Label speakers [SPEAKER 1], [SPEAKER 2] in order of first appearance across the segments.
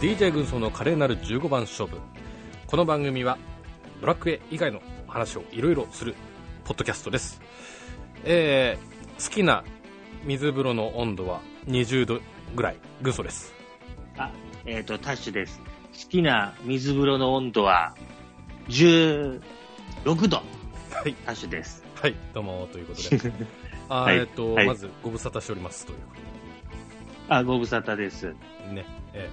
[SPEAKER 1] DJ 軍曹の華麗なる15番勝負この番組はドラクエ以外の話をいろいろするポッドキャストです、えー好きな水風呂の温度は20度ぐらい軍曹です
[SPEAKER 2] あ、えっ、と、タッシュです。好きな水風呂の温度は、16度。
[SPEAKER 1] はい
[SPEAKER 2] タッシュです。
[SPEAKER 1] はいどうもということ であー、
[SPEAKER 2] はい
[SPEAKER 1] えっと、
[SPEAKER 2] はい
[SPEAKER 1] まずご無沙汰しておりますというこ
[SPEAKER 2] あ、ご無沙汰です。
[SPEAKER 1] とでねえ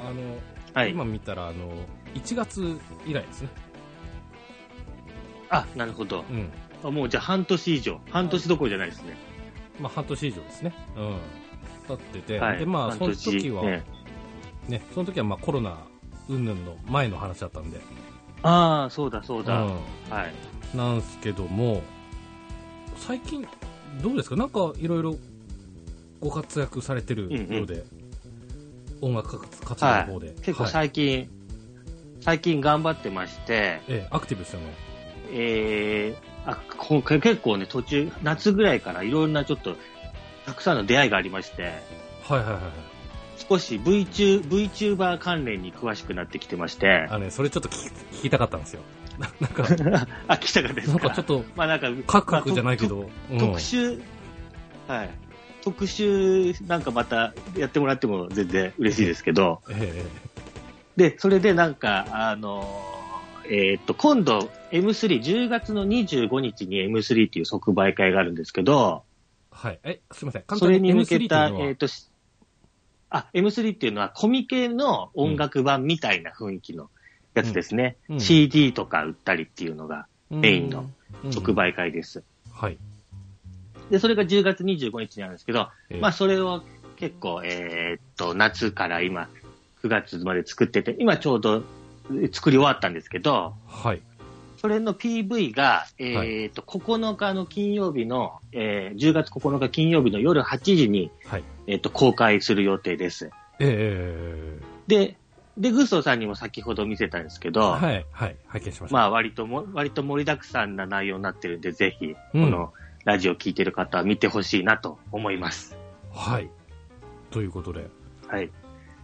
[SPEAKER 1] えあの
[SPEAKER 2] はい。
[SPEAKER 1] 今見たらあの1月以来ですね、
[SPEAKER 2] あ、なるほど。
[SPEAKER 1] うん
[SPEAKER 2] あもうじゃあ半年以上。半年どころじゃないですね。
[SPEAKER 1] まあ、半年以上ですね、うん、経ってて、
[SPEAKER 2] はい。
[SPEAKER 1] でまあ、そ
[SPEAKER 2] 半
[SPEAKER 1] の
[SPEAKER 2] 年
[SPEAKER 1] 時は、ね
[SPEAKER 2] ね
[SPEAKER 1] その時はまあコロナ云々の前の話だったんで、
[SPEAKER 2] ああ、そうだそう
[SPEAKER 1] う
[SPEAKER 2] だ。
[SPEAKER 1] ん、
[SPEAKER 2] はい。
[SPEAKER 1] なんですけども、最近、どうですか、なんかいろいろご活躍されてるようで、音楽活動の方で、
[SPEAKER 2] 結構
[SPEAKER 1] はい
[SPEAKER 2] 最近、最近頑張ってまして、
[SPEAKER 1] ええアクティブしたの、
[SPEAKER 2] えー、あこけ結構ね、途中、夏ぐらいからいろんなちょっと、たくさんの出会いがありまして、
[SPEAKER 1] はいはいはいはい、
[SPEAKER 2] 少し VTu- VTuber 関連に詳しくなってきてまして、
[SPEAKER 1] あのね、それちょっと聞き聞きたかったんですよ、 ななんか、
[SPEAKER 2] あ、来たかです
[SPEAKER 1] なん
[SPEAKER 2] か
[SPEAKER 1] かちょっと、
[SPEAKER 2] まあなんか、
[SPEAKER 1] カクカクじゃないけ
[SPEAKER 2] ま
[SPEAKER 1] ど、
[SPEAKER 2] あ、と特殊、はい。特殊なんかまたやってもらっても全然嬉しいですけど、
[SPEAKER 1] うん、ええ
[SPEAKER 2] で、それでなんか、あのー、えーっと、今度 M3、10月の25日に M3 っていう即売会があるんですけど、
[SPEAKER 1] はい、えすみません、簡
[SPEAKER 2] そ
[SPEAKER 1] 単
[SPEAKER 2] れ
[SPEAKER 1] に
[SPEAKER 2] に向けた、え
[SPEAKER 1] M3 っていうのは
[SPEAKER 2] ーっと、しあ、M3 っていうのはコミケの音楽版みたいな雰囲気のやつですね。
[SPEAKER 1] うんうん
[SPEAKER 2] CD とか売ったりっていうのがメインの
[SPEAKER 1] 直
[SPEAKER 2] 即、売会です。
[SPEAKER 1] はい、
[SPEAKER 2] で、それが10月25日にあるんですけど、
[SPEAKER 1] ええ
[SPEAKER 2] まあそれを結構、えーっと、夏から今、9月まで作ってて、今ちょうどえ作り終わったんですけど、
[SPEAKER 1] はい、
[SPEAKER 2] それの PV が、え
[SPEAKER 1] はい
[SPEAKER 2] ーっと、9日の金曜日の、えー10月9日金曜日の夜8時に、
[SPEAKER 1] はい、
[SPEAKER 2] えーっと、公開する予定です。
[SPEAKER 1] え
[SPEAKER 2] で、で、グッソーさんにも先ほど見せたんですけど、
[SPEAKER 1] ー、はい、はい、拝見しました。
[SPEAKER 2] まあ割とも、割と盛りだくさんな内容になってるんで、ぜひ、こ
[SPEAKER 1] うん
[SPEAKER 2] のラジオ聞いてる方は見てほしいなと思います。
[SPEAKER 1] はい。ということで、
[SPEAKER 2] はい。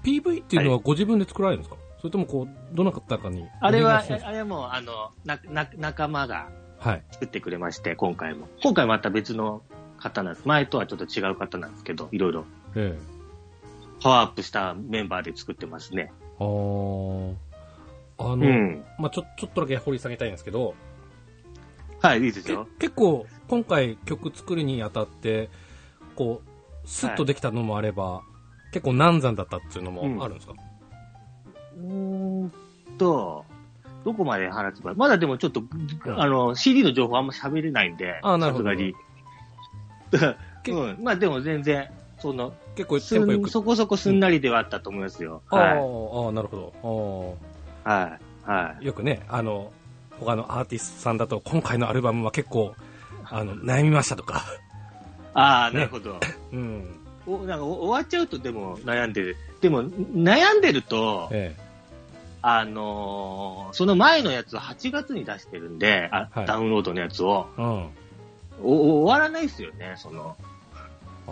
[SPEAKER 1] PV っていうのはご自分で作られるんですか、それともこう、どなたかに
[SPEAKER 2] あれは、
[SPEAKER 1] お願いします
[SPEAKER 2] あれも、あの、な、な、仲間が
[SPEAKER 1] はい。
[SPEAKER 2] 作ってくれまして、今回も。今回また別の方なんです。前とはちょっと違う方なんですけど、いろいろ
[SPEAKER 1] ええ
[SPEAKER 2] パワーアップしたメンバーで作ってますね。
[SPEAKER 1] あーあの、
[SPEAKER 2] うん。
[SPEAKER 1] まあちょ、ちょっとだけ掘り下げたいんですけど、
[SPEAKER 2] はい、いいです
[SPEAKER 1] け
[SPEAKER 2] よ。
[SPEAKER 1] 結構、今回曲作るにあたって、こう、スッとできたのもあれば、結構難産だったっていうのもあるんですか、
[SPEAKER 2] うーんと、どこまで話せば、まだでもちょっと、あの、CD の情報あんま喋れないんで、
[SPEAKER 1] あなるほど
[SPEAKER 2] さすが
[SPEAKER 1] け
[SPEAKER 2] に。うん、まあでも全然、その、
[SPEAKER 1] 結構
[SPEAKER 2] す
[SPEAKER 1] テンポよ
[SPEAKER 2] ん
[SPEAKER 1] く。
[SPEAKER 2] そこそこすんなりではあったと思いますよ。
[SPEAKER 1] あー
[SPEAKER 2] はい。
[SPEAKER 1] あー、なるほど。あー
[SPEAKER 2] はい。はい。
[SPEAKER 1] よくね、あの、他のアーティストさんだと、今回のアルバムは結構、あの、悩みましたとか。
[SPEAKER 2] ああ、なるほど。
[SPEAKER 1] うん。
[SPEAKER 2] おなんかお終わっちゃうとでも悩んでる。でも悩んでると、
[SPEAKER 1] え
[SPEAKER 2] あのーその前のやつを8月に出してるんで、あ
[SPEAKER 1] はい
[SPEAKER 2] ダウンロードのやつを
[SPEAKER 1] え。うん。あ
[SPEAKER 2] お。お終わらないですよね、その。
[SPEAKER 1] あ。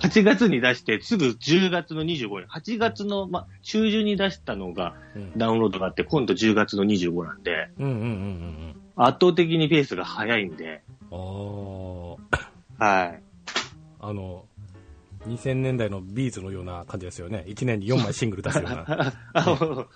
[SPEAKER 2] 8月に出して、すぐ10月の25日、8月の、ま、中旬に出したのが
[SPEAKER 1] うん
[SPEAKER 2] ダウンロードがあって、今度10月の25なんで、
[SPEAKER 1] うんうんうんうん
[SPEAKER 2] 圧倒的にペースが早いんで、
[SPEAKER 1] うん。あ
[SPEAKER 2] はい。
[SPEAKER 1] あ。あの、2000年代のビーズのような感じですよね。1年に4枚シングル出すよう な。
[SPEAKER 2] あ、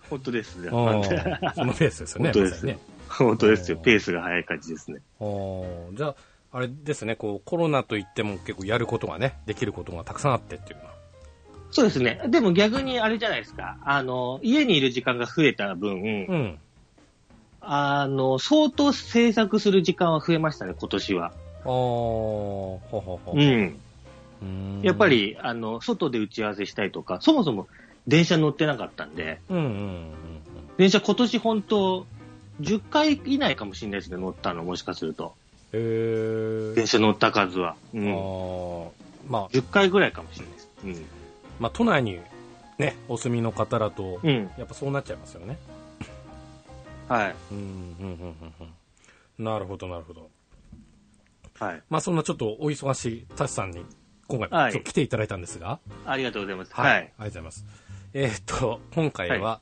[SPEAKER 2] 本当ですね。
[SPEAKER 1] あ あ。そのペースですよね。
[SPEAKER 2] 本当です
[SPEAKER 1] まさにね。
[SPEAKER 2] 本当ですよ。ペースが早い感じですね。
[SPEAKER 1] ああ。じゃあ、あれですね、こう、コロナといっても結構やることがね、できることがたくさんあってっていうのは。
[SPEAKER 2] そうですね。でも逆にあれじゃないですか。あの、家にいる時間が増えた分、
[SPEAKER 1] うん。
[SPEAKER 2] あの、相当制作する時間は増えましたね、今年は。
[SPEAKER 1] ああ。ほうほうほ
[SPEAKER 2] う
[SPEAKER 1] う。
[SPEAKER 2] ん。
[SPEAKER 1] うん
[SPEAKER 2] やっぱ、り、あの、外で打ち合わせしたりとか、そもそも電車乗ってなかったんで、
[SPEAKER 1] うんうんうんうん。
[SPEAKER 2] 電車今年本当、10回以内かもしれないですね、乗ったの、もしかすると。
[SPEAKER 1] へえ。
[SPEAKER 2] 電車乗った数は。う
[SPEAKER 1] あ
[SPEAKER 2] ん。
[SPEAKER 1] ーまあ、
[SPEAKER 2] 10回ぐらいかもしれないです。うん。
[SPEAKER 1] まあ、都内にね、お住みの方だと、
[SPEAKER 2] うん。
[SPEAKER 1] やっぱそうなっちゃいますよね。
[SPEAKER 2] はい。
[SPEAKER 1] うん、うん、うん、うんうん。なるほど、なるほど。
[SPEAKER 2] はい。
[SPEAKER 1] まあ、そんなちょっとお忙しいタシさんに、今回、
[SPEAKER 2] はい
[SPEAKER 1] ちょっと来ていただいたんですが、
[SPEAKER 2] ありがとうございます。
[SPEAKER 1] あ
[SPEAKER 2] は
[SPEAKER 1] りが
[SPEAKER 2] い。
[SPEAKER 1] とうございます。えーっと、今回は、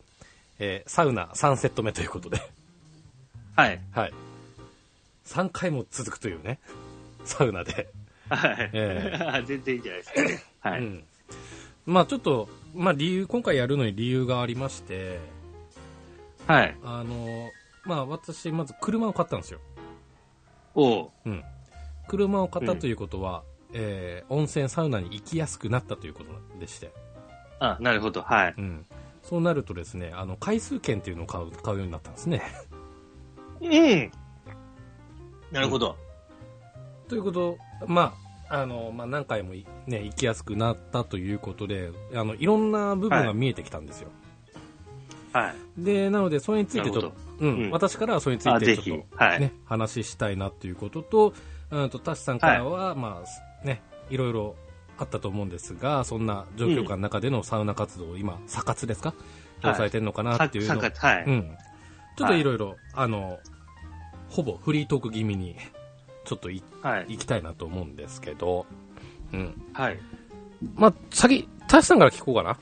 [SPEAKER 1] えーサウナ3セット目ということで、
[SPEAKER 2] はい。
[SPEAKER 1] はい。3回も続くというね、サウナで。
[SPEAKER 2] はい。
[SPEAKER 1] え
[SPEAKER 2] 全然いいんじゃないですか。は
[SPEAKER 1] う
[SPEAKER 2] い。
[SPEAKER 1] ん。まあちょっと、まあ理由、今回やるのに理由がありまして、
[SPEAKER 2] はい。
[SPEAKER 1] あの、まあ私、まず車を買ったんですよ。
[SPEAKER 2] おう
[SPEAKER 1] うん。車を買ったということは、えー温泉、サウナに行きやすくなったということでして、
[SPEAKER 2] あ、なるほど。はい。
[SPEAKER 1] うん。そうなるとですね、あの、回数券っていうのを買う買うようになったんですね。
[SPEAKER 2] うん。なるほど。
[SPEAKER 1] ということ、まあ、あの、まあ、何回もい、ね、行きやすくなったということで、あの、いろんな部分が見えてきたんですよ。
[SPEAKER 2] はい。
[SPEAKER 1] で、なので、それについてちょっ
[SPEAKER 2] な
[SPEAKER 1] と
[SPEAKER 2] る、
[SPEAKER 1] うん、
[SPEAKER 2] うん
[SPEAKER 1] 私からはそれについ
[SPEAKER 2] あ、
[SPEAKER 1] て
[SPEAKER 2] ぜ
[SPEAKER 1] ちょっ
[SPEAKER 2] ひ
[SPEAKER 1] と、。
[SPEAKER 2] はい。
[SPEAKER 1] ね、話したいなということと、うんと、タシさんからは、まあ、ね、いろいろあったと思うんですが、そんな状況下の中でのサウナ活動を今、サ活ですかどうされてるのかな
[SPEAKER 2] さ
[SPEAKER 1] っていうのを、
[SPEAKER 2] さかはい。
[SPEAKER 1] うん。ちょっといろいろ、あの、ほぼフリートーク気味に、ちょっとい
[SPEAKER 2] はい。
[SPEAKER 1] 行きたいなと思うんですけど、うん。
[SPEAKER 2] はい。
[SPEAKER 1] まあ、先、タシさんから聞こうかな。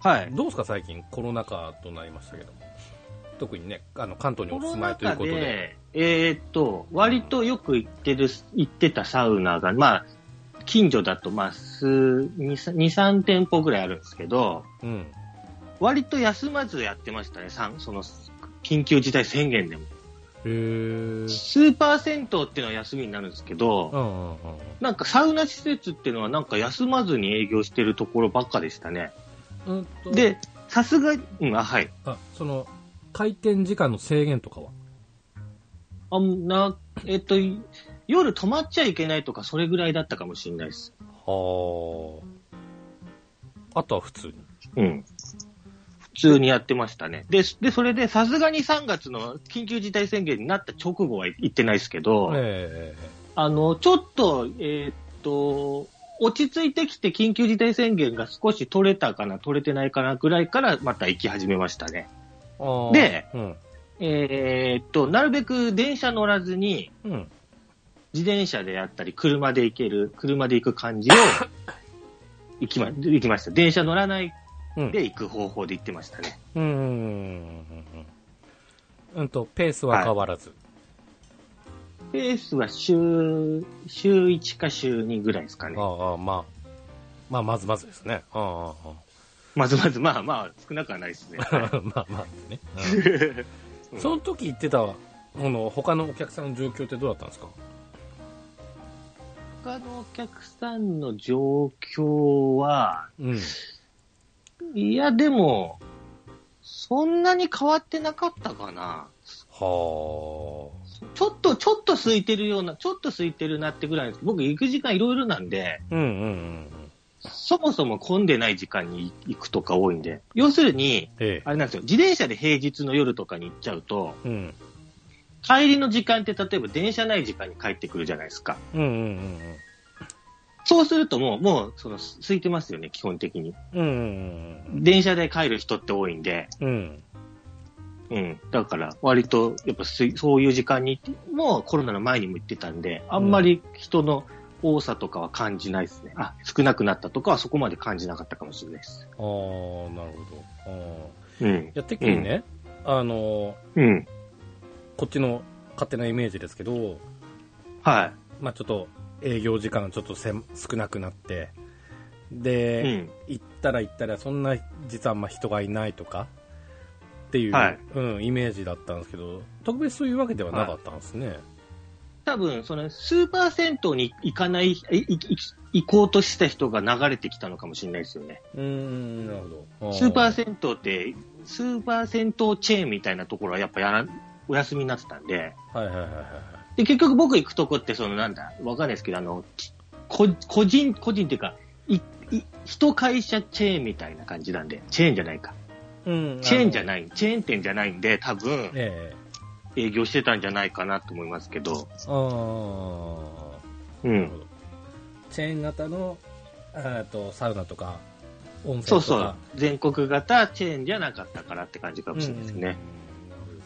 [SPEAKER 2] はい。
[SPEAKER 1] どうですか最近コロナ禍となりましたけども特にねあの関東に
[SPEAKER 2] こ
[SPEAKER 1] お
[SPEAKER 2] の
[SPEAKER 1] 住まいという
[SPEAKER 2] 中
[SPEAKER 1] ことで
[SPEAKER 2] で、えーっと、割とよく行ってる、行ってたサウナが、まあ、近所だと、まあ、数、2、3店舗ぐらいあるんですけど、
[SPEAKER 1] うん
[SPEAKER 2] 割と休まずやってましたね、さんその、緊急事態宣言でも。
[SPEAKER 1] へー
[SPEAKER 2] スーパー銭湯っていうのは休みになるんですけ
[SPEAKER 1] う
[SPEAKER 2] ど、
[SPEAKER 1] んうんうん
[SPEAKER 2] なんかサウナ施設っていうのはなんか休まずに営業してるところばっかでしたね。
[SPEAKER 1] うんと
[SPEAKER 2] で、さすが、うん、あ、はい。
[SPEAKER 1] あその開店時間の制限とかは
[SPEAKER 2] あ、な、えっと、い夜泊まっちゃいけないとか、それぐらいだったかもしれないです。
[SPEAKER 1] ああとは普通に
[SPEAKER 2] うん。普通にやってましたね。で、で、それで、さすがに3月の緊急事態宣言になった直後は行ってないですけど、
[SPEAKER 1] ええ
[SPEAKER 2] あの、ちょっと、えーっと、落ち着いてきて緊急事態宣言が少し取れたかな、取れてないかなぐらいからまた行き始めましたね。
[SPEAKER 1] あー
[SPEAKER 2] で
[SPEAKER 1] うん
[SPEAKER 2] えーっと、なるべく電車乗らずに、
[SPEAKER 1] うん
[SPEAKER 2] 自転車であったり、車で行ける、車で行く感 じを、行きま、行きました。電車乗らない
[SPEAKER 1] うん
[SPEAKER 2] で行く方法で行ってましたね。
[SPEAKER 1] うんうんうんうんうんとペースは変わらず、
[SPEAKER 2] ペースは週、週1か週2ぐらいですかね。
[SPEAKER 1] ああまあまあまずまずですねあああ
[SPEAKER 2] まずまず、まあまあ、少なくはないですね。
[SPEAKER 1] あ まあまあね、うん
[SPEAKER 2] うん
[SPEAKER 1] その時言ってたこの他のお客さんの状況ってどうだったんですか
[SPEAKER 2] 他のお客さんの状況は、
[SPEAKER 1] うん。
[SPEAKER 2] いや、でも、そんなに変わってなかったかな。
[SPEAKER 1] は
[SPEAKER 2] ちょっと、ちょっと空いてるような、ちょっと空いてるなってぐらいなんですけど、僕行く時間いろいろなんで、
[SPEAKER 1] あ。うんうんうん。
[SPEAKER 2] そもそも混んでない時間に行くとか多いんで。要するに、
[SPEAKER 1] ええ。
[SPEAKER 2] あれなんですよ、自転車で平日の夜とかに行っちゃうと、
[SPEAKER 1] うん。
[SPEAKER 2] 帰りの時間って例えば電車ない時間に帰ってくるじゃないですか。
[SPEAKER 1] うんうん
[SPEAKER 2] そうするともう、もう、その、空いてますよね、基本的に。
[SPEAKER 1] うんうん。うんうん
[SPEAKER 2] 電車で帰る人って多いんで、
[SPEAKER 1] うんうん。
[SPEAKER 2] うん。だから、割と、やっぱすい、そういう時間に行って、もうコロナの前にも行ってたんで、あんまり人の多さとかは感じないですね。あ、少なくなったとかはそこまで感じなかったかもしれないです。
[SPEAKER 1] ああ、なるほど。ああ
[SPEAKER 2] うん
[SPEAKER 1] い。や、てっきりね、あの、
[SPEAKER 2] うん。
[SPEAKER 1] こっちの勝手なイメージですけど、
[SPEAKER 2] は
[SPEAKER 1] まあちょっと営業時間ちょっとせん少なくなって、
[SPEAKER 2] い。
[SPEAKER 1] で、
[SPEAKER 2] うん。
[SPEAKER 1] 行ったら行ったらそんな実はあんま人がいないとかっていう、
[SPEAKER 2] はい
[SPEAKER 1] うん、イメージだったんですけど特別そういうわけではなかったんですね、
[SPEAKER 2] 多分、その、スーパー銭湯に行かない、いい行こうとした人が流れてきたのかもしれないですよね。
[SPEAKER 1] うーんなるほど
[SPEAKER 2] スーパー
[SPEAKER 1] セ
[SPEAKER 2] 銭湯って、スーパー銭湯チェーンみたいなところはやっぱやらお休みになってたんで、
[SPEAKER 1] はいはいはいはい
[SPEAKER 2] で、結局僕行くとこって、そのなんだ、わかんないですけど、あの、ちこ個人、個人っていうか、い、い、一会社チェーンみたいな感じなんで、チェーンじゃないか。
[SPEAKER 1] うん
[SPEAKER 2] チェーンじゃ
[SPEAKER 1] い
[SPEAKER 2] ない、チェーン店じゃないんで、多分、
[SPEAKER 1] ええ
[SPEAKER 2] 営業してたんじゃないかなと思いますけど、
[SPEAKER 1] ああなる
[SPEAKER 2] う
[SPEAKER 1] ほ
[SPEAKER 2] ん。
[SPEAKER 1] どチェーン型のあーとサウナとか温泉とか
[SPEAKER 2] そうそう、全国型チェーンじゃなかったからって感じかもしれないですね。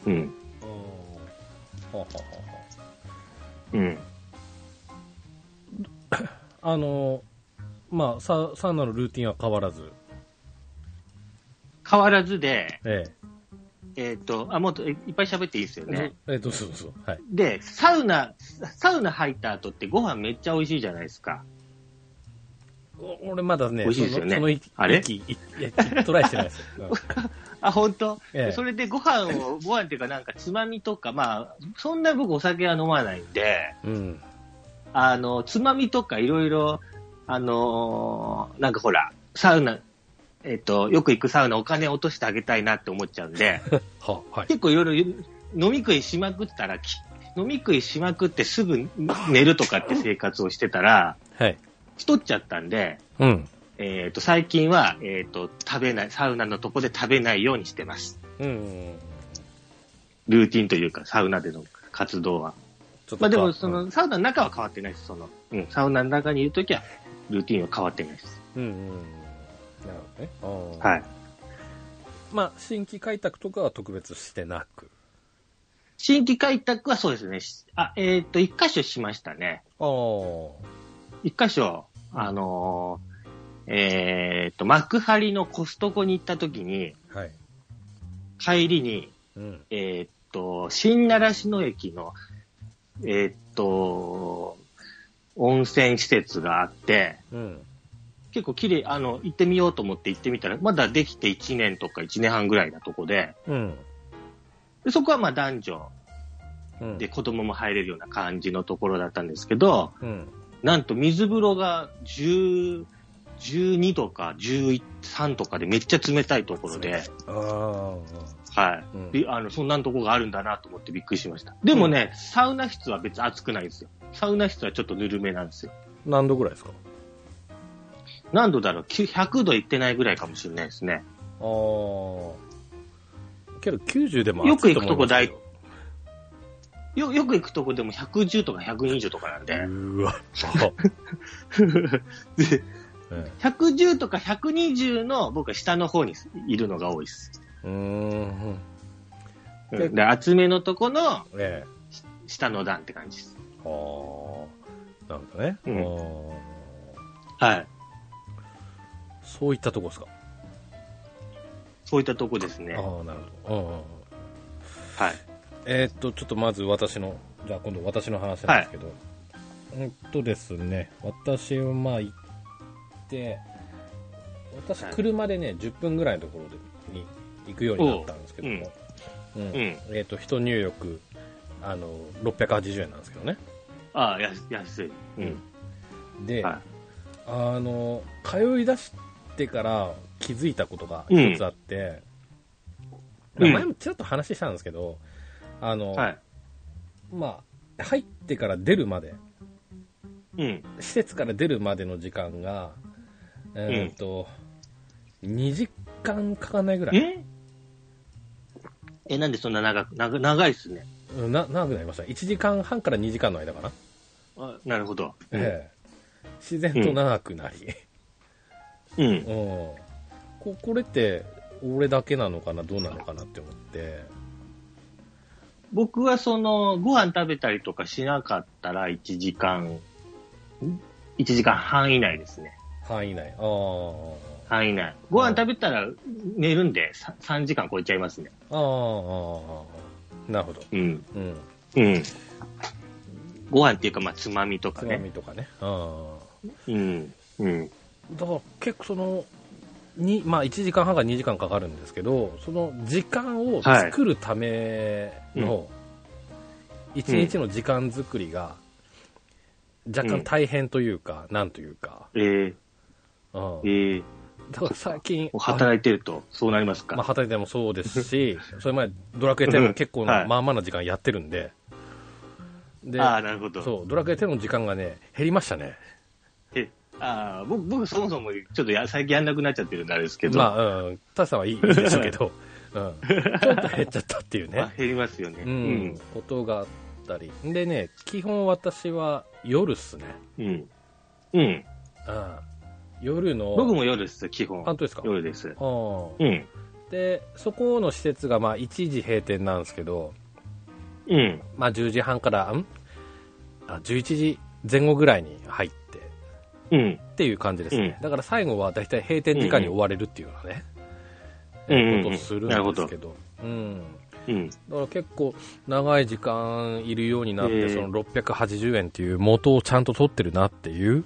[SPEAKER 1] う
[SPEAKER 2] うんん。
[SPEAKER 1] なるほどあーはあはあはあ
[SPEAKER 2] うん。
[SPEAKER 1] あのまあササウナのルーティンは変わらず
[SPEAKER 2] 変わらずで、
[SPEAKER 1] え
[SPEAKER 2] えっ、と、あ、もっとえいっぱい喋っていいですよ
[SPEAKER 1] え。
[SPEAKER 2] ね。
[SPEAKER 1] ええどうぞどうぞ。はい。
[SPEAKER 2] で、サウナ、サウナ入った後ってご飯めっちゃ美味しいじゃないですか。
[SPEAKER 1] お俺まだね、
[SPEAKER 2] 美味しいですよ
[SPEAKER 1] そ
[SPEAKER 2] ね
[SPEAKER 1] のその一
[SPEAKER 2] あれ
[SPEAKER 1] 一気いや一気トライしてないです よ。
[SPEAKER 2] あ、本当、
[SPEAKER 1] ええ
[SPEAKER 2] それでご飯を、ご飯っていうかなんかつまみとか、まあ、そんな僕お酒は飲まないんで、
[SPEAKER 1] うんうん。
[SPEAKER 2] あの、つまみとかいろいろ、あのーなんかほら、サウナ、えっ、と、よく行くサウナお金落としてあげたいなって思っちゃうん で、
[SPEAKER 1] は、はい。
[SPEAKER 2] 結構いろいろ飲み食いしまくったら、き飲み食いしまくってすぐ寝るとかって生活をしてたら、
[SPEAKER 1] はい。
[SPEAKER 2] 太っちゃったんで、
[SPEAKER 1] うん。
[SPEAKER 2] えっ、と、最近は、えっ、と、食べない、サウナのとこで食べないようにしてます。
[SPEAKER 1] うん。
[SPEAKER 2] ルーティンというか、サウナでの活動は。
[SPEAKER 1] ちょっ
[SPEAKER 2] まあでも、
[SPEAKER 1] か
[SPEAKER 2] その、、サウナの中は変わってないです。その、うん、サウナの中にいるときは、ルーティンは変わってないです。
[SPEAKER 1] うんうんうん。なるほどね。あー
[SPEAKER 2] はい。
[SPEAKER 1] まあ、新規開拓とかは特別してなく。
[SPEAKER 2] 新規開拓はそうですね。しあ、えっ、と、一箇所しましたね。
[SPEAKER 1] ああ。
[SPEAKER 2] 一箇所、あのーえっ、と、幕張のコストコに行ったときに、
[SPEAKER 1] はい。
[SPEAKER 2] 帰りに、
[SPEAKER 1] うん。
[SPEAKER 2] えっ、と、新習志野駅の、えっ、と、温泉施設があって、
[SPEAKER 1] うん。
[SPEAKER 2] 結構綺麗、あの、行ってみようと思って行ってみたら、まだできて1年とか1年半ぐらいなとこで、
[SPEAKER 1] うん。
[SPEAKER 2] でそこはまあ男女
[SPEAKER 1] うん。
[SPEAKER 2] で子供も入れるような感じのところだったんですけど、
[SPEAKER 1] うん。
[SPEAKER 2] なんと水風呂が10 12とか13とかでめっちゃ冷たいところで、
[SPEAKER 1] ああ。
[SPEAKER 2] は
[SPEAKER 1] うん
[SPEAKER 2] い。びあの、そんなとこがあるんだなと思ってびっくりしました。でもね、サウナ室は別に暑くないですよ。サウナ室はちょっとぬるめなんですよ。
[SPEAKER 1] 何度ぐらいですか
[SPEAKER 2] 何度だろうきゅ ?100 度いってないぐらいかもしれないですね。
[SPEAKER 1] ああ。けど90でも
[SPEAKER 2] よく行く
[SPEAKER 1] 暑
[SPEAKER 2] とこ
[SPEAKER 1] 思います
[SPEAKER 2] だ
[SPEAKER 1] よ
[SPEAKER 2] いよ、よく行くとこでも110とか120とかな んで。
[SPEAKER 1] うわ。
[SPEAKER 2] で
[SPEAKER 1] え
[SPEAKER 2] 110とか120の僕は下の方にいるのが多いです。
[SPEAKER 1] えうーん。
[SPEAKER 2] うん
[SPEAKER 1] で
[SPEAKER 2] で、厚めのとこの
[SPEAKER 1] ええ。
[SPEAKER 2] 下の段って感じです。
[SPEAKER 1] ああ。なるほどね。
[SPEAKER 2] うん
[SPEAKER 1] ん。
[SPEAKER 2] はい。
[SPEAKER 1] そういったとこですか。
[SPEAKER 2] そういったとこですね。
[SPEAKER 1] ああ
[SPEAKER 2] は、
[SPEAKER 1] なるほど。うんうんうん。
[SPEAKER 2] い。
[SPEAKER 1] えーっと、ちょっとまず私の、じゃあ今度私の話なんですけど、うんとですね、私はまあ行って、私
[SPEAKER 2] はい
[SPEAKER 1] 車でね、10分ぐらいのところに行くようになったんですけども、うん
[SPEAKER 2] うん。
[SPEAKER 1] えーっと、人入浴、あの、680円なんですけどね。
[SPEAKER 2] ああ、やす安い。うん。
[SPEAKER 1] で、
[SPEAKER 2] は
[SPEAKER 1] あの、通い出してから気づいたことが一つあって、
[SPEAKER 2] うん
[SPEAKER 1] 前もちらっと話したんですけど、あの、
[SPEAKER 2] い。はい。
[SPEAKER 1] まあ、入ってから出るまで、
[SPEAKER 2] うん。
[SPEAKER 1] 施設から出るまでの時間が、えーっと、2時間かかんないぐらい。
[SPEAKER 2] ええ、なんでそんな長く、長長いっすね。
[SPEAKER 1] うんな長くなりました。1時間半から2時間の間かな。
[SPEAKER 2] あなるほど。うん。
[SPEAKER 1] ええ自然と長くなり。
[SPEAKER 2] うん
[SPEAKER 1] う。んここれって、俺だけなのかな、どうなのかなって思って。
[SPEAKER 2] 僕はその、ご飯食べたりとかしなかったら1時間、1時間半以内ですね。
[SPEAKER 1] 範囲内。あー
[SPEAKER 2] 範囲内。ご飯食べたら寝るんでさ3時間超えちゃいますね。
[SPEAKER 1] あー。あーなるほど。
[SPEAKER 2] うん。
[SPEAKER 1] うん。
[SPEAKER 2] うん。ご飯っていうか、まあ、つまみとか
[SPEAKER 1] つま
[SPEAKER 2] ね。
[SPEAKER 1] みとかね。ああ。
[SPEAKER 2] うん。うん。
[SPEAKER 1] だから結構そのに、まあ、1時間半から2時間かかるんですけどその時間を作るための1日の時間作りが若干大変というか、なんというか、
[SPEAKER 2] えー、
[SPEAKER 1] うん
[SPEAKER 2] えー、
[SPEAKER 1] だから最近
[SPEAKER 2] 働いてると、そうなりますか。
[SPEAKER 1] まあ、働いてもそうです しそれ前ドラクエ10も結構
[SPEAKER 2] は
[SPEAKER 1] ないまあまあな時間やってるんで。で
[SPEAKER 2] ああ、なるほど。
[SPEAKER 1] そうドラクエ10の時間がね減りましたね、
[SPEAKER 2] えああ、僕、僕、そもそも、ちょっとや、最近やんなくなっちゃってるんであれですけど、
[SPEAKER 1] まあ、うん、タシさんはいいいいでしょうけど、 うん、ちょっと減っちゃったっていう
[SPEAKER 2] ま
[SPEAKER 1] ね
[SPEAKER 2] あ、、減りますよね。
[SPEAKER 1] うんことがあったりでね基本私は夜っすね、
[SPEAKER 2] うん。うん。うん。
[SPEAKER 1] うん、夜の
[SPEAKER 2] 僕も夜です、基本。
[SPEAKER 1] 本当ですか
[SPEAKER 2] 夜です。
[SPEAKER 1] う
[SPEAKER 2] うん。
[SPEAKER 1] んでそこの施設がまあ一時閉店なんですけど、
[SPEAKER 2] うん。
[SPEAKER 1] まあ、10時半からんあ11時前後ぐらいに入って
[SPEAKER 2] うん。
[SPEAKER 1] っていう感じですね、
[SPEAKER 2] う
[SPEAKER 1] だから最後は大体閉店時間に追われるっていうのはね、えーことをするんですけど。うん
[SPEAKER 2] うん。
[SPEAKER 1] だから結構長い時間いるようになって、
[SPEAKER 2] えー
[SPEAKER 1] その680円っていう元をちゃんと取ってるなっていう。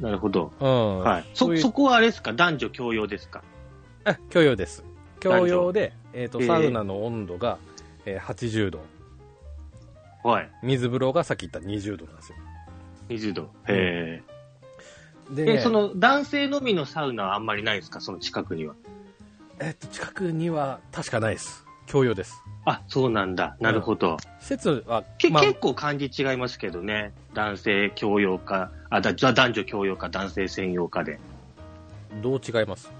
[SPEAKER 2] なるほど。
[SPEAKER 1] うん。
[SPEAKER 2] はい。
[SPEAKER 1] そう
[SPEAKER 2] そ、
[SPEAKER 1] いう
[SPEAKER 2] そこはあれですか男女共用ですか
[SPEAKER 1] あ共用です。共用で、えっ、と、
[SPEAKER 2] えー
[SPEAKER 1] サウナの温度が、えー80度。
[SPEAKER 2] はい。
[SPEAKER 1] 水風呂がさっき言った20度なんですよ。
[SPEAKER 2] 20度。へ
[SPEAKER 1] で
[SPEAKER 2] え。
[SPEAKER 1] ね、
[SPEAKER 2] え、その男性のみのサウナはあんまりないですかその近くには。
[SPEAKER 1] えっ、と、近くには確かないです。共用です。
[SPEAKER 2] あ、そうなんだ。なるほど。
[SPEAKER 1] 施設は、
[SPEAKER 2] け
[SPEAKER 1] まあ
[SPEAKER 2] 結構感じ違いますけどね。男性共用か、あ、だじゃあ男女共用か、男性専用かで。
[SPEAKER 1] どう違います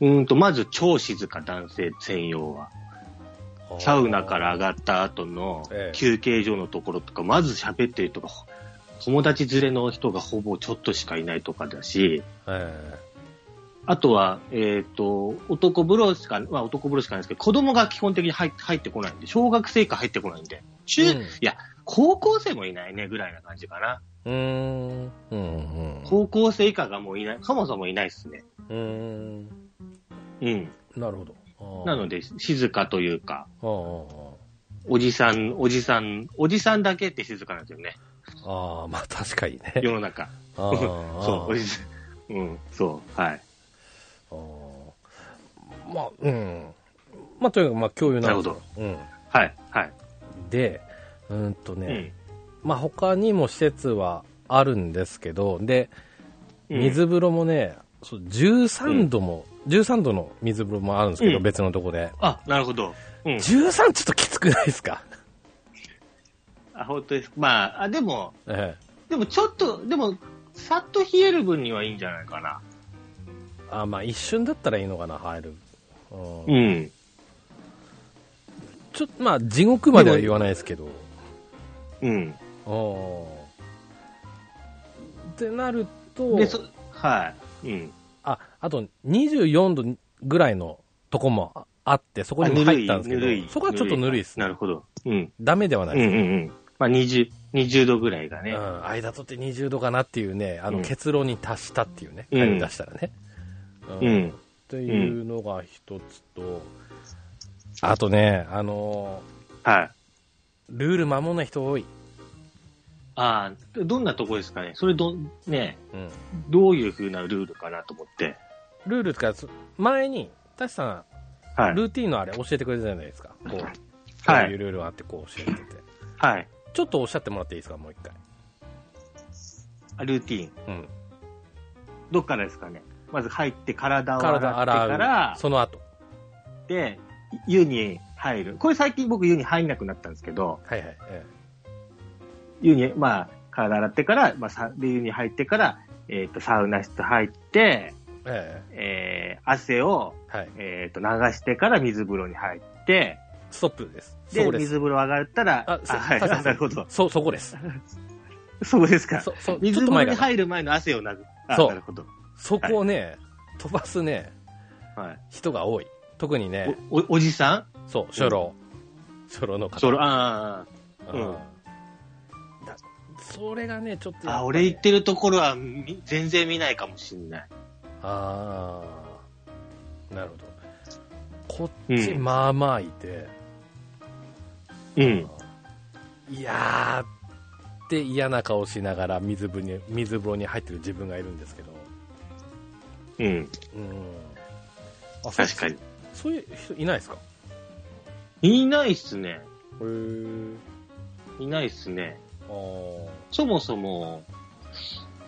[SPEAKER 2] うーんと、まず超静か男性専用は。サウナから上がった後の
[SPEAKER 1] ええ
[SPEAKER 2] 休憩所のところとか、まず喋ってるとか、ほ友達連れの人がほぼちょっとしかいないとかだし、
[SPEAKER 1] え
[SPEAKER 2] あとは、えっ、と、男風呂しか、まあ男風呂しかないですけど、子供が基本的に入って入ってこないんで、小学生以下入ってこないんで、中、
[SPEAKER 1] うん
[SPEAKER 2] いや、高校生もいないねぐらいな感じかな。
[SPEAKER 1] えうーん。うん、うん。
[SPEAKER 2] 高校生以下がもういない、そもそもいないですね。
[SPEAKER 1] うーん。
[SPEAKER 2] うん。
[SPEAKER 1] なるほどあー。
[SPEAKER 2] なので、静かというか、
[SPEAKER 1] あー
[SPEAKER 2] おじさん、おじさん、おじさんだけって静かなんですよね。
[SPEAKER 1] あー、まあ確かにね。
[SPEAKER 2] 世の中。
[SPEAKER 1] あー
[SPEAKER 2] そう、おじさん。うん、そう、はい。
[SPEAKER 1] あーまあ、うん。まあ、とにかく、まあ、共有なんですよ
[SPEAKER 2] なる
[SPEAKER 1] うん。
[SPEAKER 2] はい、はい。
[SPEAKER 1] で、うーんと
[SPEAKER 2] う
[SPEAKER 1] ね、
[SPEAKER 2] ん。
[SPEAKER 1] まあ、他にも施設はあるんですけど、で、
[SPEAKER 2] うん
[SPEAKER 1] 水風呂もね、そう13度も、13度の水風呂もあるんですけど、
[SPEAKER 2] うん
[SPEAKER 1] 別のとこで。
[SPEAKER 2] あ、なるほど。うん。
[SPEAKER 1] 13ちょっときつくないですか
[SPEAKER 2] あ、本当です。まあ、あ、でも、
[SPEAKER 1] ええ。
[SPEAKER 2] でもちょっと、でも、さっと冷える分にはいいんじゃないかな。
[SPEAKER 1] あーまあ、一瞬だったらいいのかな、入る。うん
[SPEAKER 2] うん。
[SPEAKER 1] ちょっと、まあ、地獄までは言わないですけど。
[SPEAKER 2] うん。
[SPEAKER 1] おってなると
[SPEAKER 2] で、そ、はい。うん。
[SPEAKER 1] ああと24度ぐらいのとこもああってそこにも
[SPEAKER 2] あぬる
[SPEAKER 1] 入
[SPEAKER 2] い
[SPEAKER 1] ったんですけ
[SPEAKER 2] ぬるい
[SPEAKER 1] どそこはちょっとぬるいです
[SPEAKER 2] なるほど。うん。
[SPEAKER 1] ダメではな
[SPEAKER 2] う
[SPEAKER 1] い
[SPEAKER 2] んう
[SPEAKER 1] で
[SPEAKER 2] ん
[SPEAKER 1] す、
[SPEAKER 2] うん。まあ、20、20度ぐらいが
[SPEAKER 1] う
[SPEAKER 2] ね。
[SPEAKER 1] ん、間取って20度かなっていうねあの
[SPEAKER 2] うん
[SPEAKER 1] 結論に達したっていうね、
[SPEAKER 2] うん
[SPEAKER 1] 入り出したらね、うん
[SPEAKER 2] うん
[SPEAKER 1] っ。ていうのが一つとあとねあの
[SPEAKER 2] はい。
[SPEAKER 1] ールール守んない人多い、
[SPEAKER 2] ああ、どんなとこですかねそれど、ね、
[SPEAKER 1] うん、
[SPEAKER 2] どういう風なルールかなと思って。
[SPEAKER 1] ルールとかそ前にタシさん
[SPEAKER 2] はい。
[SPEAKER 1] ルーティンのあれ教えてくれたじゃないですか。こう、こう
[SPEAKER 2] はい
[SPEAKER 1] いうルールがあってこう教えてて。
[SPEAKER 2] はい。
[SPEAKER 1] ちょっとおっしゃってもらっていいですか、もう一回。
[SPEAKER 2] あルーティン。
[SPEAKER 1] うん。
[SPEAKER 2] どっからですかねまず入って体を洗って
[SPEAKER 1] 体洗う。
[SPEAKER 2] から、
[SPEAKER 1] その後。
[SPEAKER 2] で、湯に入る。これ最近僕湯に入んなくなったんですけど、
[SPEAKER 1] はいはい。え
[SPEAKER 2] 湯に、まあ、体洗ってから、まあ、さで湯に入ってから、えっ、と、サウナ室入って、
[SPEAKER 1] ええ
[SPEAKER 2] えー、汗を、
[SPEAKER 1] えはい。
[SPEAKER 2] えっ、と、流してから水風呂に入って、
[SPEAKER 1] ストップです。そ
[SPEAKER 2] で、
[SPEAKER 1] こです。
[SPEAKER 2] 水風呂上がったら、
[SPEAKER 1] あそう
[SPEAKER 2] はい、
[SPEAKER 1] そうそうそう
[SPEAKER 2] なるほど。
[SPEAKER 1] そ、そこです。
[SPEAKER 2] そこですか。
[SPEAKER 1] そ、 そ、ちょ
[SPEAKER 2] 水
[SPEAKER 1] っと
[SPEAKER 2] 風呂
[SPEAKER 1] 前
[SPEAKER 2] に
[SPEAKER 1] かな。
[SPEAKER 2] 入る前の汗を流す。あ
[SPEAKER 1] そう
[SPEAKER 2] なるほど。
[SPEAKER 1] そこをね、飛ばすね、
[SPEAKER 2] はい。
[SPEAKER 1] 人が多い。特にね、
[SPEAKER 2] お、おおじさ
[SPEAKER 1] そう、初老。初老の
[SPEAKER 2] ん
[SPEAKER 1] 方。
[SPEAKER 2] それ、あー
[SPEAKER 1] う
[SPEAKER 2] うんん。
[SPEAKER 1] だそれがね、ちょっとやっぱね、
[SPEAKER 2] あ、俺行ってるところはみ全然見ないかもしんない。
[SPEAKER 1] ああなるほどこっち
[SPEAKER 2] うん
[SPEAKER 1] まあまあいて、
[SPEAKER 2] うん。
[SPEAKER 1] いやーって嫌な顔しながら水風呂に水風呂に入ってる自分がいるんですけど
[SPEAKER 2] うん。
[SPEAKER 1] うんあそう
[SPEAKER 2] 確かに。
[SPEAKER 1] そういう人いないですか
[SPEAKER 2] いないっすね。
[SPEAKER 1] へえ
[SPEAKER 2] いないっすね。
[SPEAKER 1] あー
[SPEAKER 2] そもそも、